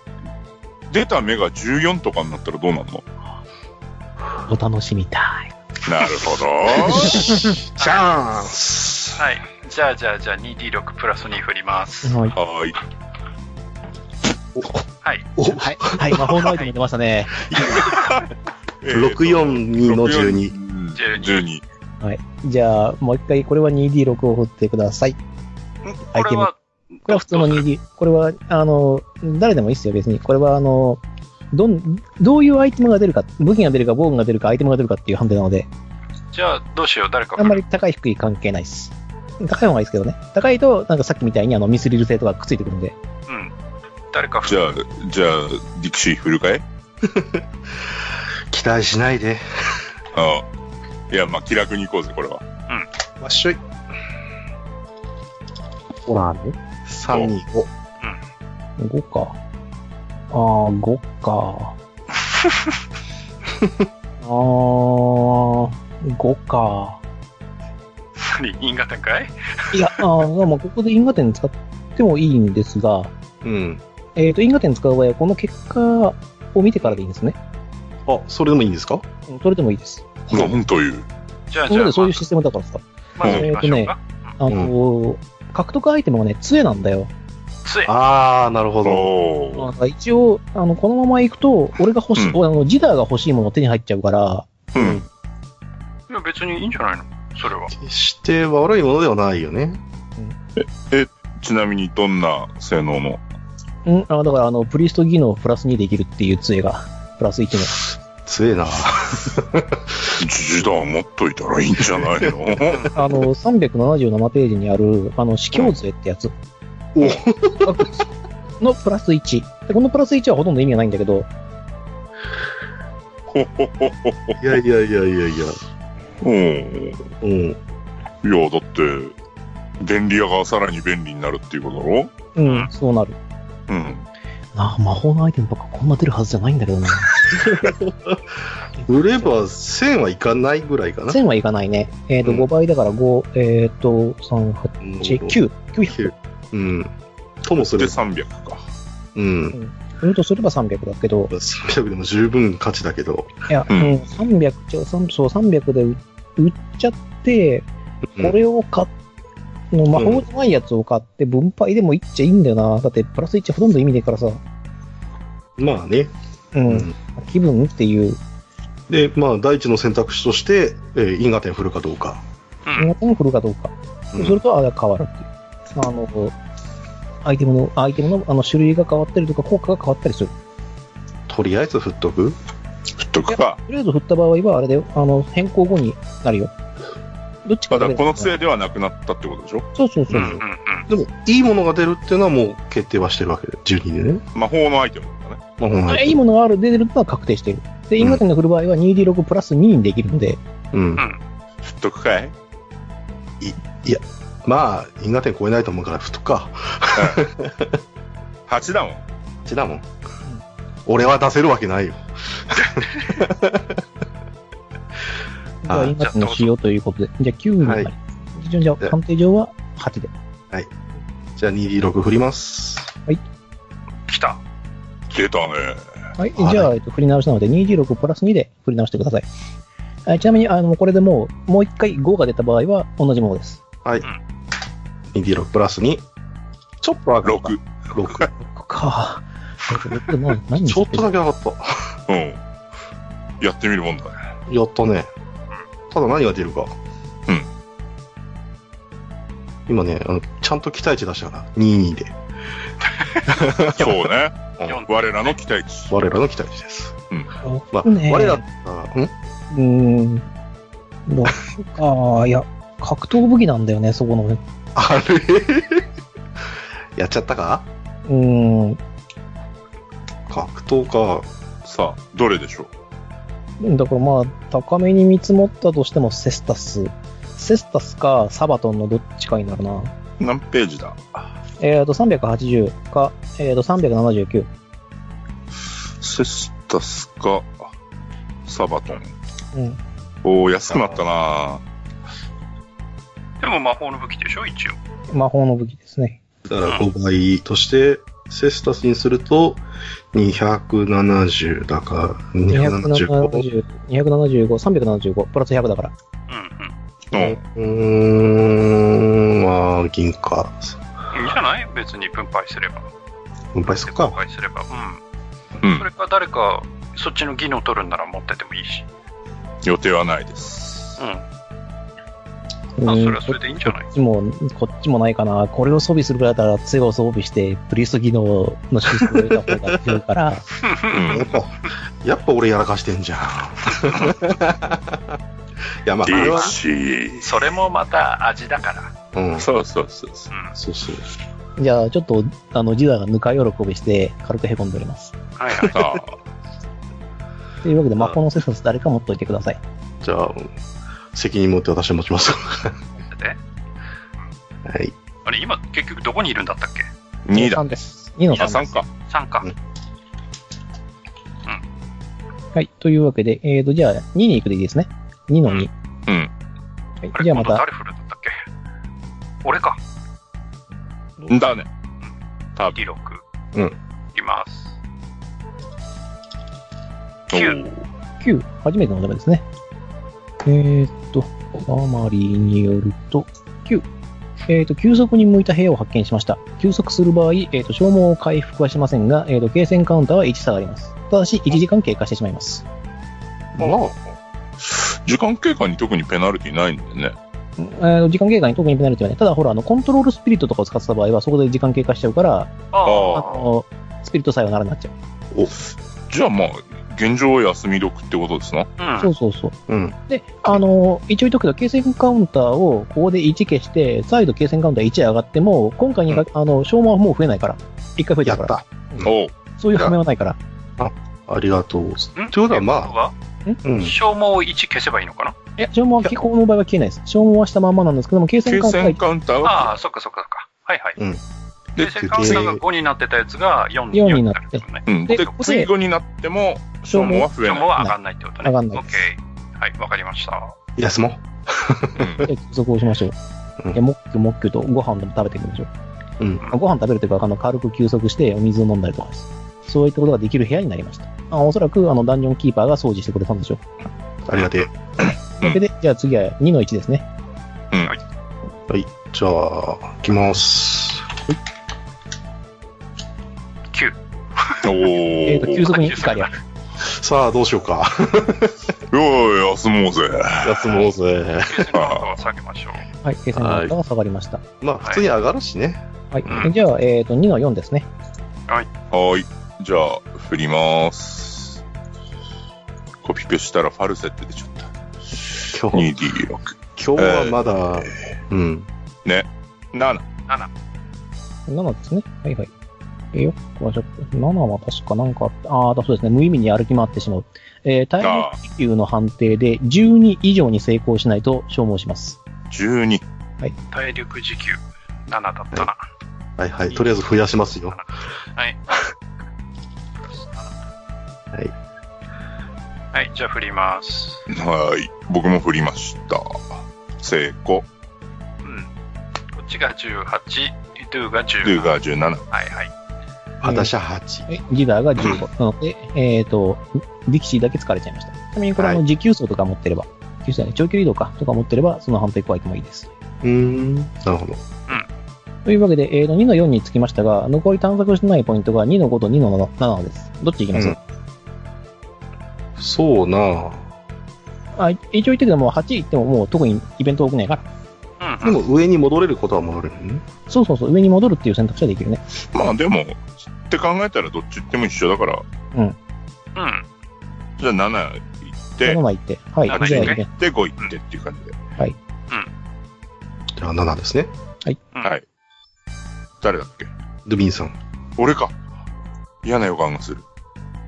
出た目が14とかになったらどうなんの
お楽しみたい。
なる [LAUGHS] ほど。
チャンス
はい。じゃあ、じゃあ、じゃあ、2D6 プラス2振ります。
はい。
はーい。
はい。
お、
はい。はい。魔法のアイテム出ましたね。
えーと
642の12。
12。
12
12。
じゃあ、もう一回、これは 2D6 を振ってください。こ
んこれは、
れは普通の 2D。これは、あの、誰でもいいですよ、別に。これは、あの、どん、どういうアイテムが出るか、武器が出るか、防具が出るか、アイテムが出るかっていう判定なので、
じゃあ、どうしよう、誰か
あんまり高い低い関係ないです。高い方がいいですけどね。高いと、なんかさっきみたいにあのミスリル性とかくっついてくるんで。
うん。誰か振
じ
る。
ゃあ、じゃあ、ディクシー振るかい
期待しないで。
ああ。いや、まあ、気楽に行こうぜ、これは。
わっしょい。
ほら、
3、2、5。
5か。あー、5か。あー、5か。
何因果点かい
いや、あーまあ、ここで因果点使ってもいいんですが、
うん。
えっ、と、因果点使う場合は、この結果を見てからでいいんですね。
あ、それでもいいんですか
それでもいいです。
な、んという。
じゃあ、
そ
じ
れ
ゃあ
で、そういうシステムだからさ。
まず見ましょうか。
あのー獲得アイテムがね、杖なんだよ。
杖。
あー、なるほど。
お
だ
ー。
から一応、あの、このまま行くと、俺が欲しい、
うん
俺あの、ジダーが欲しいもの手に入っちゃうから、
うん。
いや、別にいいんじゃないのそれは。
決して悪いものではないよね。
ちなみに、どんな性能の
うん、あのだから、あの、プリスト技能プラス2できるっていう杖が、プラス1の。
強え [LAUGHS] な。
ジダー持っといたらいいんじゃない [LAUGHS] の
あの、377ページにある、あの、司教杖ってやつ。
お
[LAUGHS] のプラス1。でこのプラス1はほとんど意味がないんだけど、
ほほほほ
いやいやいやいやいや。
うん。
うん。
いや、だって、便利屋がさらに便利になるっていうことだろ
うん、そうなる。
うん。
なあ、魔法のアイテムとかこんな出るはずじゃないんだけど
[LAUGHS]
な。
売れば1000はいかないぐらいかな。
1000はいかないね。えっ、と、
うん
5倍だから5、えっ、と、3、8、9、900。
うん。ともす
で、
れば。
300か。
うん。
うんとすれば300だけど、
300でも十分価値だけど。
いや、
う
うんん、300ちょ、三そう、300で売売っちゃって、
うん
これを買っ、の魔法じゃないやつを買って分配でもいっちゃいいんだよな。だって、プラス1ほとんど意味ねえからさ、
まあね。
うん、
うん
気分っていう、
で、まあ、第一の選択肢として、えー因果点振るかどうか。
うん。
手が振るかどうか。
うん
それと、あれが変わるっていう。あの、アイテムの、アイテムのあの種類が変わったりとか、効果が変わったりする。
とりあえず振っとく
振っとくか。
とりあえず振った場合は、あれで、あの、変更後になるよ。どっち
ま
か
あだからこの杖
強
ではなくなったってことでしょ
そうそうそうう。
んうんうん。
でも、いいものが出るっていうのはもう決定はしてるわけで、12でね。
魔法のアイテムだね。
まあ、ほんま
いい
に。
ものがある、出てるのは確定している。で、因果点が振る場合は 2D6 プラス2にできるんで、
うん。
振っとくかい
いや、まあ、因果点超えないと思うから、ふとか。
8だもん。
ちだもん。俺は出せるわけないよ。
じゃあ、因果点の使用ということで。じゃあ、9になります。一応じゃあ、
で
鑑定上は8で。
じゃあ 2D6 振ります。
来た。
出たね。
はい。
はい
じゃあ、えっと、振り直しなので、2D6 プラス2で振り直してください。あちなみに、あの、これでもう、もう一回5が出た場合は、同じものです。
2D6 プラス2。ちょっと赤かっ
6。
た。6。
かぁ。もう何
ちょっとだけなかった。
うん。やってみるもん [LAUGHS] だね。
やったね。ただ何が出るか。
うん。
今ね、あのちゃんと期待値出したから、22で。
そうね。
4
我らの期待値。
我らの期待値です。まあ、
ねえ
我らあん
う
[LAUGHS]
ー [LAUGHS] ん。どうか、あいや、格闘武器なんだよね、そこのね。
あれやっちゃったか
うーん。
格闘か。
さあ、どれでしょう
だからまあ、高めに見積もったとしてもセスタス。セスタスかサバトンのどっちかになるな。
何ページだ
えっ、ー、と、380か、えっ、ー、と、379。
セスタスか、サバトン。
うん。
おー、安くなったな
でも魔法の武器でしょ、一応。
魔法の武器ですね。
だから5倍として、セスタスにすると、270だから、275。
275、275 375、プラス100だから。
うん
う
うん
ん。、
うーん、まあ、銀貨。
うん。いいんじゃない別に分配すれば。
分配する
分
か。
配すれば。
う
うん。そ
ん。
れか誰か、そっちの技能取るんなら持っててもいいし。
予定はないです。
うん。
うん
あ、それはそれでいいんじゃない
こっちも、こっちもないかな。これを装備するぐらいだったら、杖を装備して、プリスト技能のシステムを入れた方が強いから、
うん。
やっぱやっぱ俺やらかしてんじゃん。 [LAUGHS] いや、まあ、あ
リ
れは
ー、チ
それもまた味だから。
うん、
そうそうそうそう。
そうそう。
じゃあ、ちょっと、あの、ジダがぬか喜びして、軽く凹んでおります。
はい [LAUGHS] はい。
さ
というわけで、魔法のセスタス誰か持っといてください。
じゃあ、責任持って私持ちます。 [LAUGHS]
で、
はい。
あれ、今、結局どこにいるんだったっけ
あ、2だ。
3です。2の
あ、
3です。
3か。
?3 か
う。ん
はい。というわけで、えーと、じゃあ、2に行くでいいですね。2の2。
うん
うん。
はい
あ、
じ
れ、
ゃあ
今
ま
度
た、
誰振るんだったっけ俺か。
だね。多分。
D6。
うん
いきます。
お
九
ー
9、初めてのおダメですね。えーと、あまりによると、9。えーと、急速に向いた部屋を発見しました。休息する場合、えーと、消耗を回復はしませんが、えーと、継戦カウンターは1下がります。ただし、1時間経過してしまいます。
まあ、
時間経過に特にペナルティないんだよね。
えーと時間経過に特にペナルティはね、ただほら、あの、コントロールスピリットとかを使ってた場合は、そこで時間経過しちゃうから、あ
ああ。
の、スピリットさえはならになっちゃう。
じゃあまあ、現状は休み得ってことですな。
あう
そ
ん。
うそうそう。
うん。
で、あのー一応言っとくけど、継戦カウンターをここで1消して、再度継戦カウンター1上がっても、今回にか、あの、消耗はもう増えないから。1回増えて
や
る
っ
から。
た。
おう
そういう不明はないから。
ありがとう。
ん
ということはまあ
えことは
うん。
消耗を1消せばいいのかな
え、消耗は、この場合は消えないです。消耗はしたまんまなんですけども、継戦
停
カウンターは
戦カウンターは、
ああ、そっかそっかそっか。はいはい。
うん
で、セカウンターが5になってたやつが4に
四
4
に
に
な
な
っ
っててるね。
うん。
で
で、
ここで
次後になっても、消
消
耗
耗
は増え
消
な
耗
い。
は上がんないってことね。
上がんない
オッケー。はい、わかりました。
休もう。
うん
で続行しましょう
う。ん
いや、もっきゅもっきゅとご飯でも食べていくんでしょう
う
んご飯食べるというか、あの、軽く休息してお水を飲んだりとかです。そういったことができる部屋になりました。あおそらく、あの、ダンジョンキーパーが掃除してくれたんでしょう。
ありがてえ。
それで、じゃあ次は2の1ですね。
はい。じゃあ、行きます。
9。
お
えっ、と、
ー
休息に1回りある。
さあ、どうしようか。
おい、休もうぜ。
[LAUGHS] 休もうぜ。
9セカウンターは下げましょう。
はい、継戦カウンターは下がりました。
まあ、普通に上がるしね。
はい。
うん
じゃあ、えっ、と、2の4ですね。
はーい。じゃあ、振ります。コピペしたらファルセット出ちゃった。
今日、
2D6。
今日はまだ、うん。
7。
7ですね。はいはい。えーよっこはちょっと、7は確かなんかあった、ああ、そうですね。無意味に歩き回ってしまう。えー、体力
あ
級の判定で12以上に成功しないと消耗します。
12。
はい
体力時給7だったな。
はいはい。とりあえず増やしますよ。
はい。
はい。
はい、じゃあ振ります。
はい。僕も振りました。成功。
うん。こっちが18、ドゥが
ルー
10。
ガー17。
はいはい。
私は8。
えギガーが15。なので、えっ、と、ディキシーだけ疲れちゃいました。ちなみにこれ、あ
は
の、持久走とか持ってれば、持久走じゃない長距離移動か、とか持ってれば、その反復怖いもいいです。
うーん。なるほど。
というわけで、えー、と2の4につきましたが、残り探索してないポイントが2の5と2の7です。どっち行きます、
うんそうなぁ。
あ一応言ってけども、8行ってももう特にイベント多くないから。
うん、
で
うん。
も上に戻れることは戻れるね。
そうそうそう、上に戻るっていう選択肢はできるね。
まあでも、って考えたらどっち行っても一緒だから、
うん。
じゃあ7行って
7、枚行って。はい
7。
じゃあ、
行って
ね、
で5行ってっていう感じで。
じゃあ7ですね。
はい。誰だっけ
ルビンさん。こ
俺か。嫌な予感がする。
こ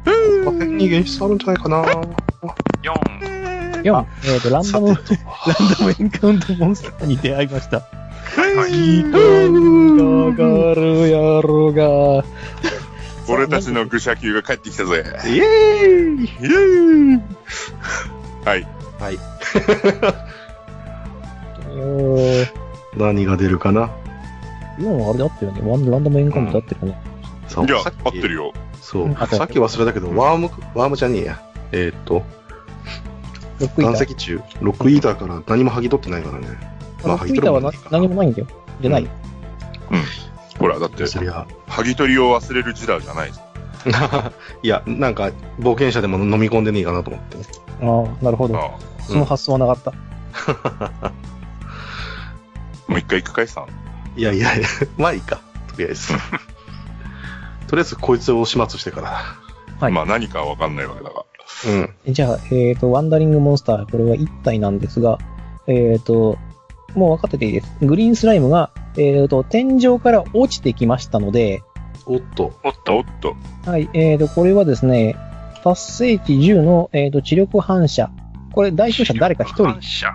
ら辺に原子あるんじゃないかな
4。
4、えっ、と、ランダ [LAUGHS] ム、ラン
さて
ダムエンカウントモンスターに出会いました。
はい。
がるやろが。
俺たちの愚者級が帰ってきたぜ。
と、イエーイ
イエーイはい。
何が出るかな
4はあれで合ってるよね。ワンランダムエンカウントで合ってるよね。
さ
じゃあ、
さっき
合ってるよ。
そうう。
ん
さっき忘れたけど、ワーム、ワームじゃねえや。えーっと、
ロックイー
岩
ター。
石中、ロックイーターから何も剥ぎ取ってないからね。
ロックイーターはな何もないんだよ。じゃない。
ほら、だって、
そりゃ。 [LAUGHS]
剥ぎ取りを忘れる時代じゃない。
いや、なんか、冒険者でも飲み込んでねえかなと思って。
ああ、なるほど。
ああ
その発想はなかった。
もう一回行くかいさん。
いやいやいや、まあいいか。とりあえず。 [LAUGHS] とりあえず、こいつを始末してから。
はい
まあ何かはわかんないわけだが。
うん。
じゃあ、えっ、と、ワンダリングモンスター、これは1体なんですが、えっ、と、もう分かってていいです。グリーンスライムが、えっ、と、天井から落ちてきましたので、
おっと。
お
お
っと。
っと。
はい、えっ、と、これはですね、達成値10の、えー、と知力反射。これ、代表者誰か1人
反。射。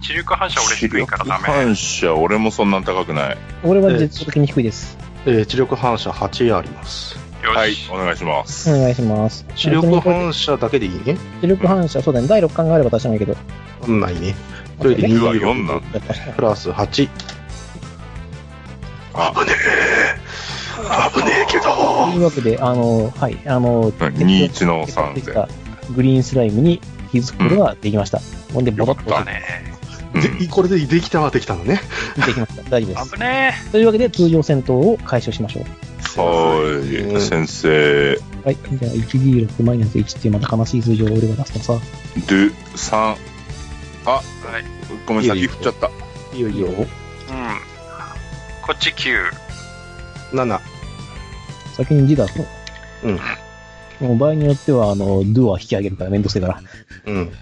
知力反射俺低いからダ
視力
メ。
反射、俺もそんなに高くない。
俺は絶対的に低いです。
えー、知力反射8あります。
は
よ
い
し、。
お願いします。
お願いします。
知力反射だけでいいね。
知力反射、そうだね。第6巻があれば出したないけど。
ないね。それで
[LAUGHS]
うわ、4
24
なん
やっぱり
プラス8。
あ
危ねえ。危ねえけ
と
ど。
いうわけで、あの、はい、あの、
21の
出てき
3000。
たグリーンスライムに気づくことができました。ほんで、ボロッと
だ
落
ね。
うん
で、これでできたはできたのね。
ちてきま
[LAUGHS]
した。大丈夫です。
危ね
というわけで、通常戦闘を開始しましょう。
は
う
い。
ん
先生、
はい。じゃあ、1D6 マイナス1っていうまた悲しい数字を俺が出すとさ、
ドゥ、3。あ、
はい
ごめん、先振っちゃった。
いいよいいよ。
え。うん。こっち9。
7。
先に字出すと。
うん。
もう場合によっては、あの、ドゥは引き上げるからめんどくせえから。
うん。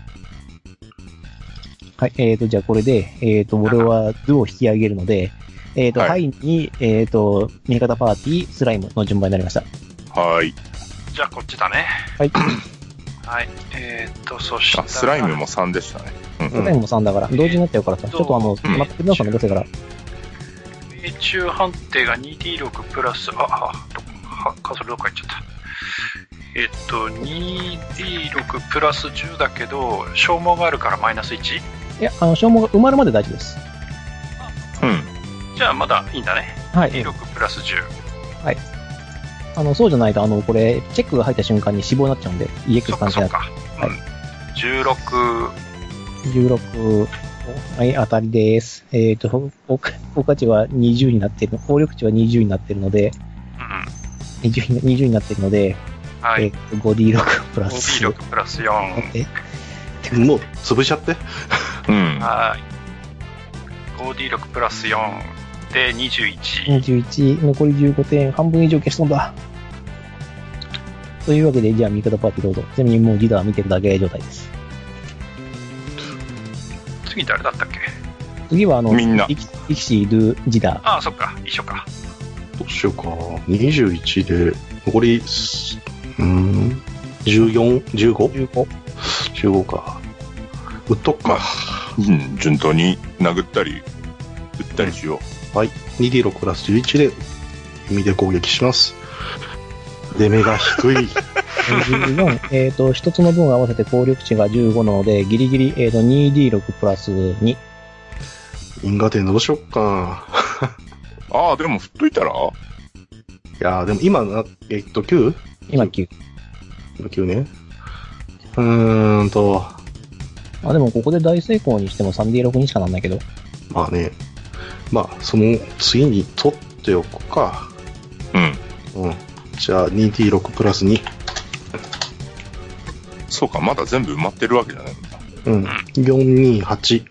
はい、えーと、じゃあこれで、えーと、俺は図を引き上げるので、えーと、
はい
ハイに、えーと、味方パーティー、スライムの順番になりました。
はい。
じゃあこっちだね。
はい。
はい。えーっと、そした
あ、
ら。
スライムも3でしたね。
う
スライ
ん。
ムも3だから、同時になっちゃうからさ、ちょっとあの、
うん
待ってくれなさいめんどくせえから。
命中判定が 2D6 プラス、あ、あ、どはカーソルどっか行っちゃった。えっと、2D6 プラス10だけど、消耗があるからマイナス 1?
いや、あの、消耗が埋まるまで大丈夫です。
うん。
じゃあまだいいんだね。
はい。
2D6 プラス10。
あの、そうじゃないと、あの、これ、チェックが入った瞬間に死亡になっちゃうんで、
そ
EX
っか
関係
そ
な
っ
く。
か。
は
う
い
ん。16、
16、はい、当たりです。えーと、ほほ効果値は20になってるの、効力値は20になってるので、
う
20に ,20 になってるので、
ん。は
え
い。
ーと、5D6 プラス。
5D6 プラス4。
え
もう、潰しちゃって。
うん。
はい。5D6 プラス4で21。
21、残り15点、半分以上消し飛んだ。というわけで、じゃあ、味方パーティーどうぞ。ちなみにもうギターは見てるだけ状態です。
次誰だったっけ
次は、あの、
みんな
イキイキシー、ドゥ、ジダ
ああ、そっか。一緒か。
どうしようか。21で、残り、すうーん、14、
ー、
15?15
15。
か。打っとっか。
うん順当に殴ったり、打ったりしよ
2D6 プラス11で弓で攻撃します。出目が低い。
14、えっ、と、一つの分合わせて効力値が15なので、ギリギリ、えっ、と、2D6 プラス2。
因果点どうしよっかな。
う。ああ、でも振っといたら
いやーでも今な、えっと 9?
今9。
9ね。うーんと、
あ、でもここで大成功にしても 3D6 にしかなんないけど。
まあね。まあ、その次に取っておくか。
うん。
うん。じゃあ 2D6 プラス2。
そうか、まだ全部埋まってるわけじゃないんだ。
うん。428。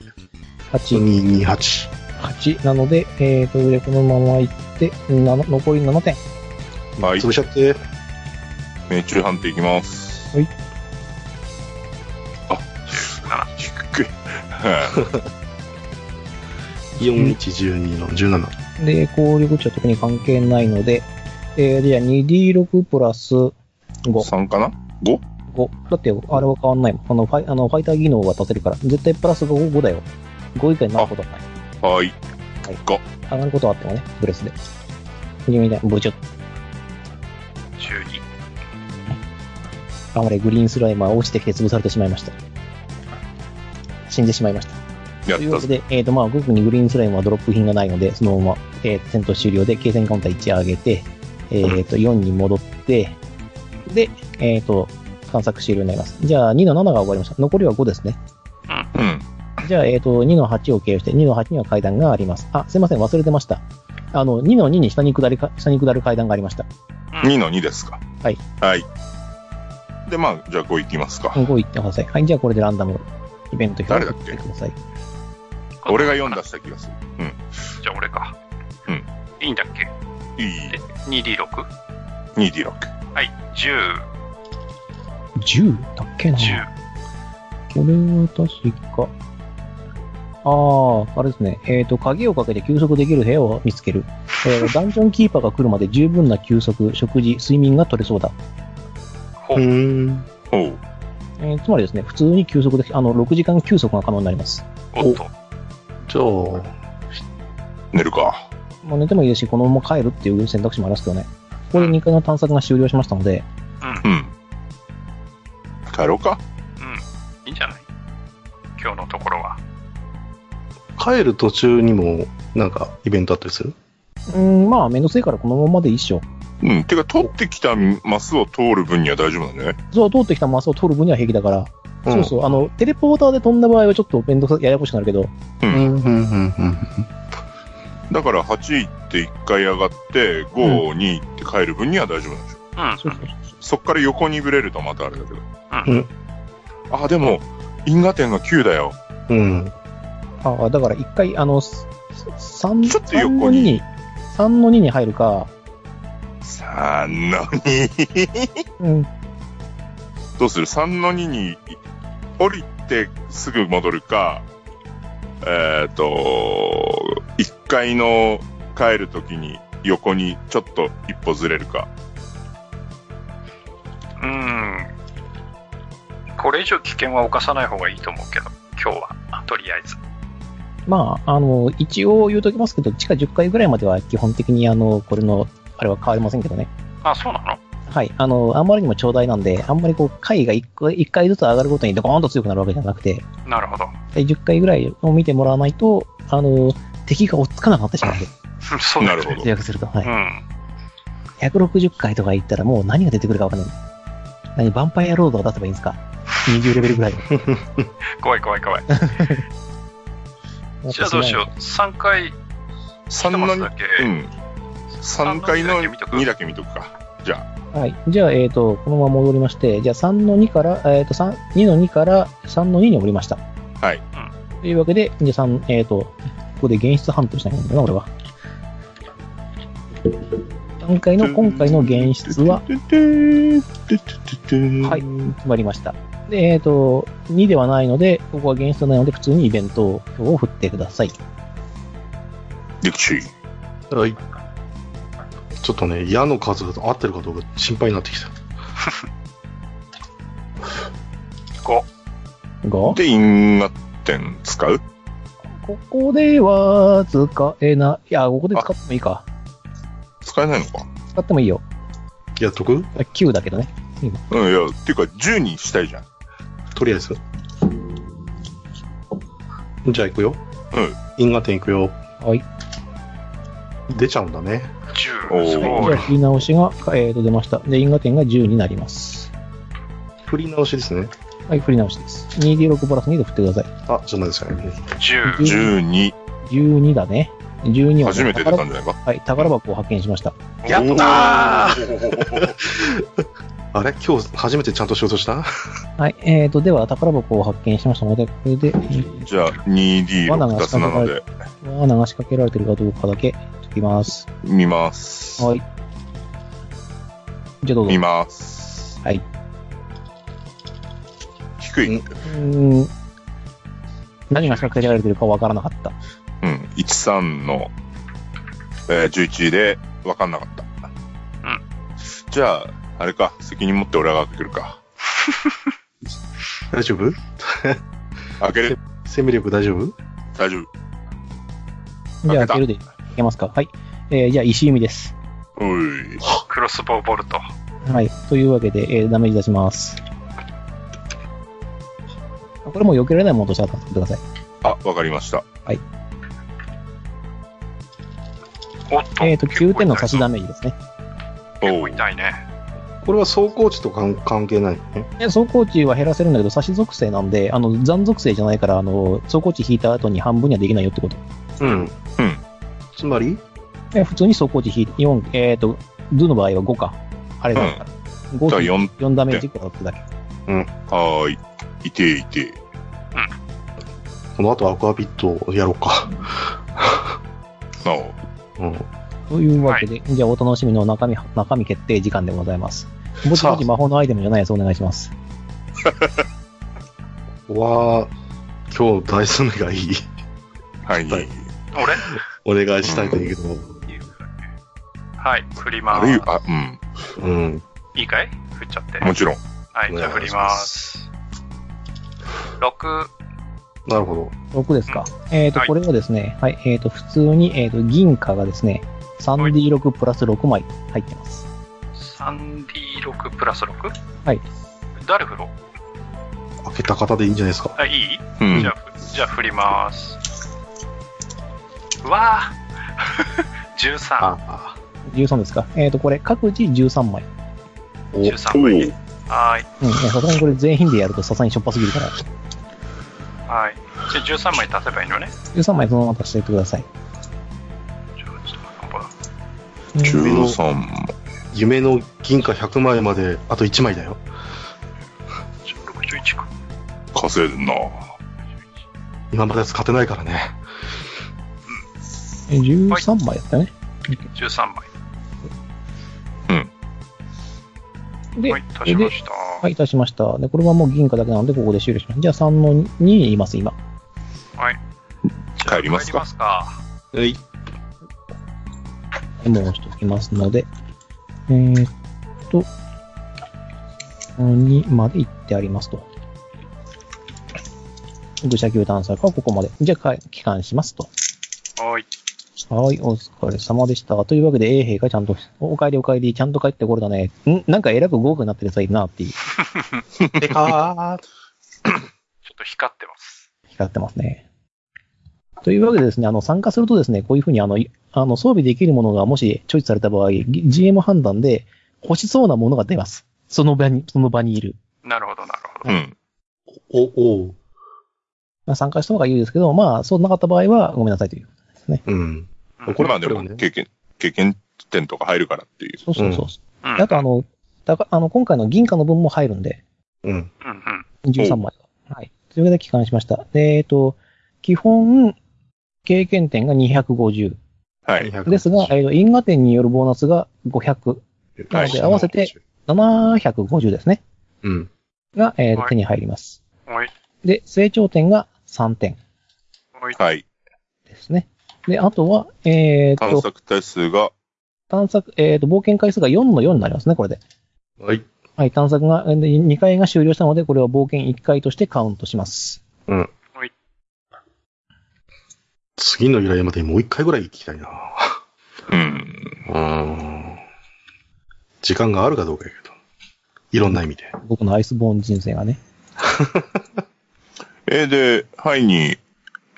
8、
228。
8なので、えっ、と、上このままいって、なの残り7点。
はい
潰。しちゃって。
命中判定いきます。
はい。
あ、低い。
4112の17。
で、効力値は特に関係ないので、えー、じゃあ 2D6 プラス5。
3かな ?5?
5。だって、あれは変わんないもん。あの、ファイあのファイター技能は出せるから。絶対プラス 5, 5だよ。5以下になることはない。
はい。5。
上がることはあってもね、ブレスで。グリーンみたいな、ブチュッ。
12
あまりグリーンスライマー落ちてきて潰されてしまいました。死んでしまいました。
や
という
った
こと
ぞ。
で、えっ、と、まあ、特にグリーンスライムはドロップ品がないので、そのまま、えー、戦闘終了で、継戦カウンター1上げて、えっ、と、4に戻って、で、えっ、と、探索終了になります。じゃあ、2の7が終わりました。残りは5ですね。
うん。
じゃあ、えっ、と、2の8を経由して、2の8には階段があります。あ、すいません、忘れてました。あの、2の2に下に下りか、下に下る階段がありました。
2の2ですか。
はい。
はい。で、まあ、じゃあ5いきますか。
5行ってください。はい、じゃあ、これでランダムイベント表
誰だ
を
っけ
てください。
俺が4出した気がする。
じゃあ俺か
うん
いいんだっけ
いい
で。2D6
2D6。
はい1010
10だっけなこれは確か。ああ、あれですね。えっ、と、鍵をかけて休息できる部屋を見つける。え [LAUGHS] ーダンジョンキーパーが来るまで十分な休息、食事、睡眠が取れそうだ。
ほ
う
う
ーん。
ほう。
えーつまりですね、普通に休息でき、あの、6時間休息が可能になります。
おっと
じゃあ、
寝るか。
もう寝てもいいですし、このまま帰るっていう選択肢もありますけどね。これで2回の探索が終了しましたので、
うん。帰ろうか。
うんいいんじゃない今日のところは
帰る途中にも、なんか、イベントあったりする
うん、まあ、めんどくせえからこのままで一緒。
うん。てか、取ってきたマスを通る分には大丈夫だね。
そう、通ってきたマスを取る分には平気だから、そうそう、あの、テレポーターで飛んだ場合はちょっとめんどくさ、ややこしくなるけど、
うん。うん、うん、うん、うん。
だから、8行って1回上がって、5、2行って帰る分には大丈夫なんでしょ。
うん
そうそう
そっから横にぶれるとまたあれだけど。
うん
うん
あ、でも、因果点が9だよ。
うん。
ああ、だから一回、あの、すす三
ちょっと
三の
横
2
に
に、3の2に入るか、
3の2。
うん、
どうする ?3 の2に降りてすぐ戻るか、えっ、と、1階の帰るときに横にちょっと一歩ずれるか。
うーんこれ以上危険は犯さない方がいいと思うけど今日はとりあえず
まあ、あの、一応言うときますけど、地下10階ぐらいまでは基本的に、あの、これの、あれは変わりませんけどね。
あそうなの
はい。あの、あんまりにも長大なんで、あんまりこう、階が1回一回ずつ上がるごとにドコーンと強くなるわけじゃなくて、
なるほど [LAUGHS]
で10階ぐらいを見てもらわないと、あの、敵が追っつかなくなってしまうんで、
そうだよね
なるほど
予約すると。は
う
い。
ん
160回とか行ったらもう何が出てくるかわかんない。何、ヴァンパイアロードを出せばいいんですか ?20 レベルぐらい。
怖い怖い怖いじゃあどうしよう3回
3
3
の
マス
2
だけ、
うん。3階の2
2
だけ見とくか。じゃあ、
はい。じゃあ、えっ、と、このまま戻りまして、じゃあ3の2から、えっ、と、三2の2から3の2に降りました。
はい。
というわけで、じゃあ3、えっ、と、ここで現出判定しないんだな、俺は。今回の、今回の現出は、はい、決まりました。で、えっ、と、2ではないので、ここは現出なので、普通にイベントを振ってください。
ディクシー。
はい。ちょっとね、矢の数が合ってるかどうか心配になってきた。
5
5?
で、因果点使う
ここでは使えない。いや、ここで使ってもいいか。
使えないのか
使ってもいいよ。
やっとく
9だけどね。
うん、いや、っていうか10にしたいじゃん。
とりあえず。じゃあ行くよ。
うん。
因果点行くよ。
はい。
出ちゃうんだね。
お
10。
ー
す
じゃ
ごい
あ。振り直しが、えー、と出ました。で、因果点が10になります。
振り直しですね。
はい、振り直しです。2D6 プラス2で振ってください。
あ、ちょっと待ってくださいね。
10。
12。
12だね。12はね、
初めて出たんじゃ
宝
ないか
はい、宝箱を発見しました。
やった
ー
あれ今日初めてちゃんと仕事した [LAUGHS]
はい、えーと、では宝箱を発見しましたので、これで、
じゃあ 2D6 足すなので
は流しかけられてるかどうかだけ解きます。
見ます。
はい。じゃあどうぞ。
見ます。
はい。
低い。
う
うんん。
うーん何が仕掛けられてるかわからなかった。
13の、えー11で分かんなかった。
うん。
じゃあ、あれか、責任持って俺が開けるか。
大丈夫
開ける
生命力大丈夫
大丈夫。
じゃあ、開
開けた
けるで、開けますか。はい。えーじゃあ、石弓です。
おい。
クロスボウボルト。
はい。というわけで、えーダメージ出します。これもう避けられないものとして扱ってください。
あ、わかりました。
おっと。
えっ、と、9点の差しダ
メ。
メージですね。
おう。
痛いね。
これは走行値とかん関係ないね。
え走行値は減らせるんだけど、差し属性なんで、あの、残属性じゃないから、あの、走行値引いた後に半分にはできないよってこと。
うん。うん。つまり
え普通に走行値引いて、4、えっ、と、ドゥの場合は5か。あれだから。
じゃあ
5、
4、
4ダメージ食らってだけ。
はーい。いていて。
この後アクアビットをやろうか。
なお。
うん。
というわけで、じゃあお楽しみの中身、中身決定時間でございます。ぼちぼち魔法のアイテムじゃないやつお願いします。
ここは、今日大数目がいい。
はい。
はい
俺
お願いしたいんだけど。
はい。振りま
あるいは、
ー
あ、うん。
うん。
す。いいかい振っちゃって。
もちろん。
はい。じゃあ振ります。6。
なるほど。
6ですか。えっ、と、
はい
これはですね、はい、えっ、と、普通に、えっ、と、銀貨がですね、3D6 プラス6枚入ってます。
3D6 プラス 6?
はい。
誰振ろう
開けた方でいいんじゃないですか。
あ、いい、
うん
じゃ。あ、ふじゃあ振ります。うわあ [LAUGHS] !13。
あ
13ですか。えっ、と、これ各自13枚。
お
13枚ね。はーい。
うん、いやさすがにこれ全品でやるとさすがにしょっぱすぎるから、
はい。じゃあ13枚足せばいいのね。
13枚そのまま足していってください。
ちょっと待ってこ
うん
13も。
夢の銀貨100枚まであと1枚だよ。
こ61か。
稼いでんな。
今まで使ってないからね。
13枚だったね。
13枚。
で、
はい、足しました。
はい、いたしました。で、これはもう銀貨だけなので、ここで終了します。じゃあ、3の2にいます、今。
じゃあ
帰りますか
帰りますか。
はい。
メモをしておきますので、えーっと、2まで行ってありますと。愚者級探査か、ここまで。じゃあ、か帰還しますと。
はい。
はい、お疲れ様でした。というわけで、A 兵がちゃんと、お帰りお帰り、ちゃんと帰ってこれだね。んなんかえらく豪華になってるさ、いるなっていう、
でかー。
ちょっと光ってます。
光ってますね。というわけでですね、あの、参加するとですね、こういうふうにあの、いあの、装備できるものがもしチョイスされた場合、G- GM 判断で欲しそうなものが出ます。その場に、その場にいる。
なるほど、なるほ
う
ど。
ん。
お、おう。
まあ、参加した方がいいですけど、まあ、そうなかった場合は、ごめんなさいという。
うん。
うん
これ
まあで
これは
も
ね
経験、経験点とか入るからっていう。
そうそうそう。
うん
あと、あの、だかあの、今回の銀貨の分も入るんで、
うん。
うんうん。
13枚が。はい。というわけで、帰還しました。で、えっと、基本、経験点が250。
はい。
ですが、えっと、因果点によるボーナスが500、なので合わせて。750ですね。
うん。
が、えっと
はい
手に入ります。
はい。
で、成長点が3点
はい。
はい。
ですね。で、あとは、えっ
探
と、
索体数が、
探索、えっと、冒険回数が4の4になりますね、これで。
はい。
はい、探索が、2回が終了したので、これは冒険1回としてカウントします。
うん。
はい。
次の依頼までにもう一回ぐらい行きたいな。
うん。
うーん。時間があるかどうかやけど。いろんな意味で。
僕のアイスボーン人生がね。
えー、で、ハイに、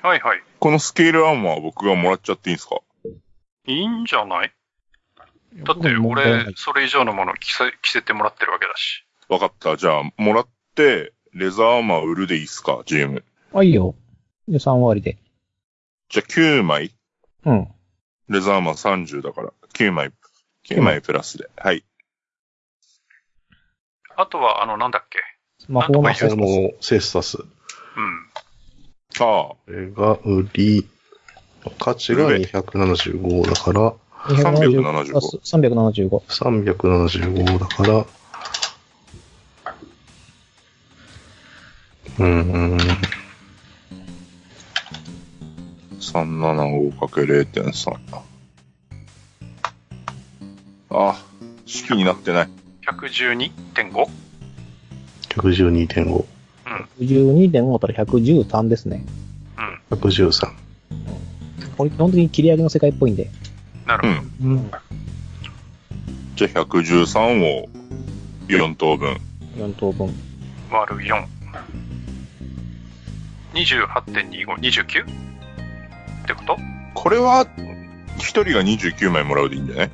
はいはい。
このスケールアームは僕がもらっちゃっていいんですか
いいんじゃないだっ
僕
て
も問題な
俺
い、
それ以上のもの着せ着せてもらってるわけだし。
わかった。じゃあ、もらって、レザーアーマー売るでいいっすか ?GM。
あ、いいよ。で、3割で。
じゃあ9枚。
うん。
レザーアーマー30だから。9枚。9枚プラスで。はい。
あとは、あの、なんだっけ
スマホを持
魔
あ
ち出
法
す
のセースタス。
うん。
ああ。
これが売り、価値が275だから、
375
375。
375だから、うーん、
375×0.3。あ、式になってない。
112.5?
112.5、
12.5だったら113ですね。
113。
これ基本的に切り上げの世界っぽいんで。
なるほど。
うん。
じゃあ113を4等分。
4等分。
割る4。28.25、29? ってこと
これは、一人が29枚もらうでいいんじゃない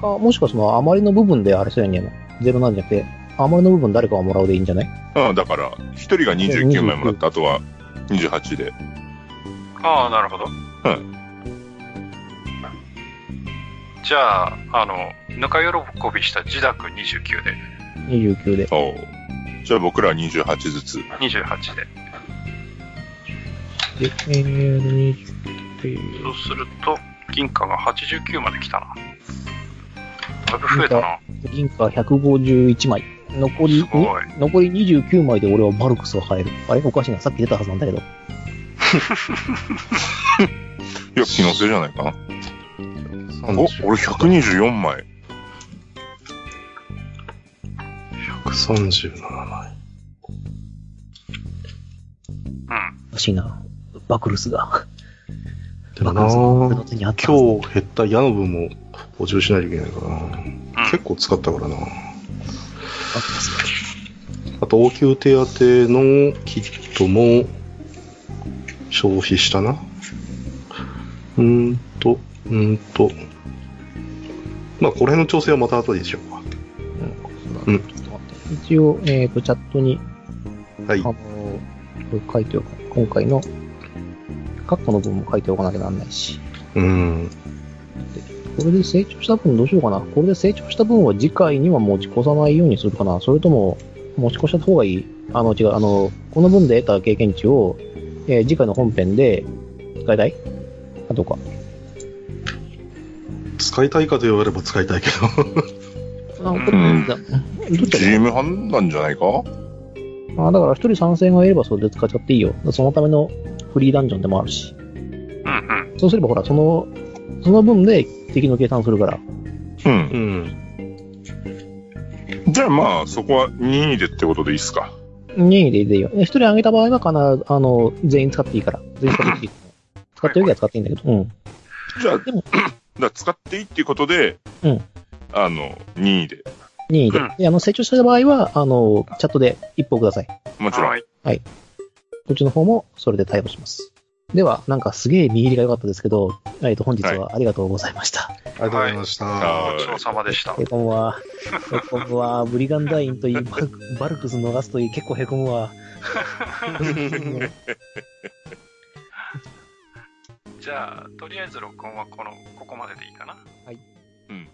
か、もしくはその、余りの部分であれすりゃいいんじゃないゼロなんじゃなくて、余りの部分誰かがもらうでいいんじゃない
うん、だから、一人が29枚もらって、あとは28で。
ああ、なるほど。
は
じゃあ、あの、ぬか喜びした自宅29で、
?29 で。
おうじゃあ僕らは28ずつ。
28で。
で、えー、
そうすると、銀貨が89まで来たな。だいぶ増えたな。
20銀貨151枚。残り
すごい、
残り29枚で俺はマルクスを入る。あれおかしいな。さっき出たはずなんだけど。
いや、気のせいじゃないかな。お、
30
俺124枚。
137枚。
うん。
おかしいな。バクルスが。
でも
バカ
な
です俺
ぁ
の手にあったはず
今日減った矢の分も補充しないといけないからな
うん
結構使ったからな
バクルス
あと、応急手当のキットも消費したな。うーんと、うーんと。まあ、この辺の調整はまた後でしょうか。
う
うんん
そうだ。ちょっと待って一応、えっ、と、チャットに、
はい
あ。のー、書いておく。今回の、カッコの分も書いておかなきゃなんないし。
うん。
これで成長した分どうしようかな。これで成長した分は次回には持ち越さないようにするかな。それとも、持ち越した方がいいあの、違う、あの、この分で得た経験値を、えー次回の本編で使いたいあとか。
使いたいかと言われれば使いたいけど。
あ、これ、
うん
どっちだ
GM 判断じゃないか
あだから一人参戦がいればそれで使っちゃっていいよ。そのためのフリーダンジョンでもあるし。
うんうん。
そうすればほら、その、その分で敵の計算するから。
うん。
ん。
じゃあまあ、そこは任意でってことでいいっすか。
任意でいいでいいよ。一人あげた場合はかな、あの、全員使っていいから。全員使っていい。使ってよきゃ使っていいんだけど。うん。
じゃあ、
でも
だから使っていいっていうことで、
うん
あの、任意で。
任意で。
うん
であの、成長した場合は、あの、チャットで一報ください。
もちろん。
はい。
こっちの方もそれで対応します。では、なんかすげえ見入りが良かったですけど、えっと、本日はありがとうございました。
ありがとうございました。
は
ごちそうさまでした。
へこむわ。へこむわ。ブリガンダインといい、バルクバルクス逃すといい、結構へこむわ。
じゃあ、とりあえず録音はこの、ここまででいいかな。
うん。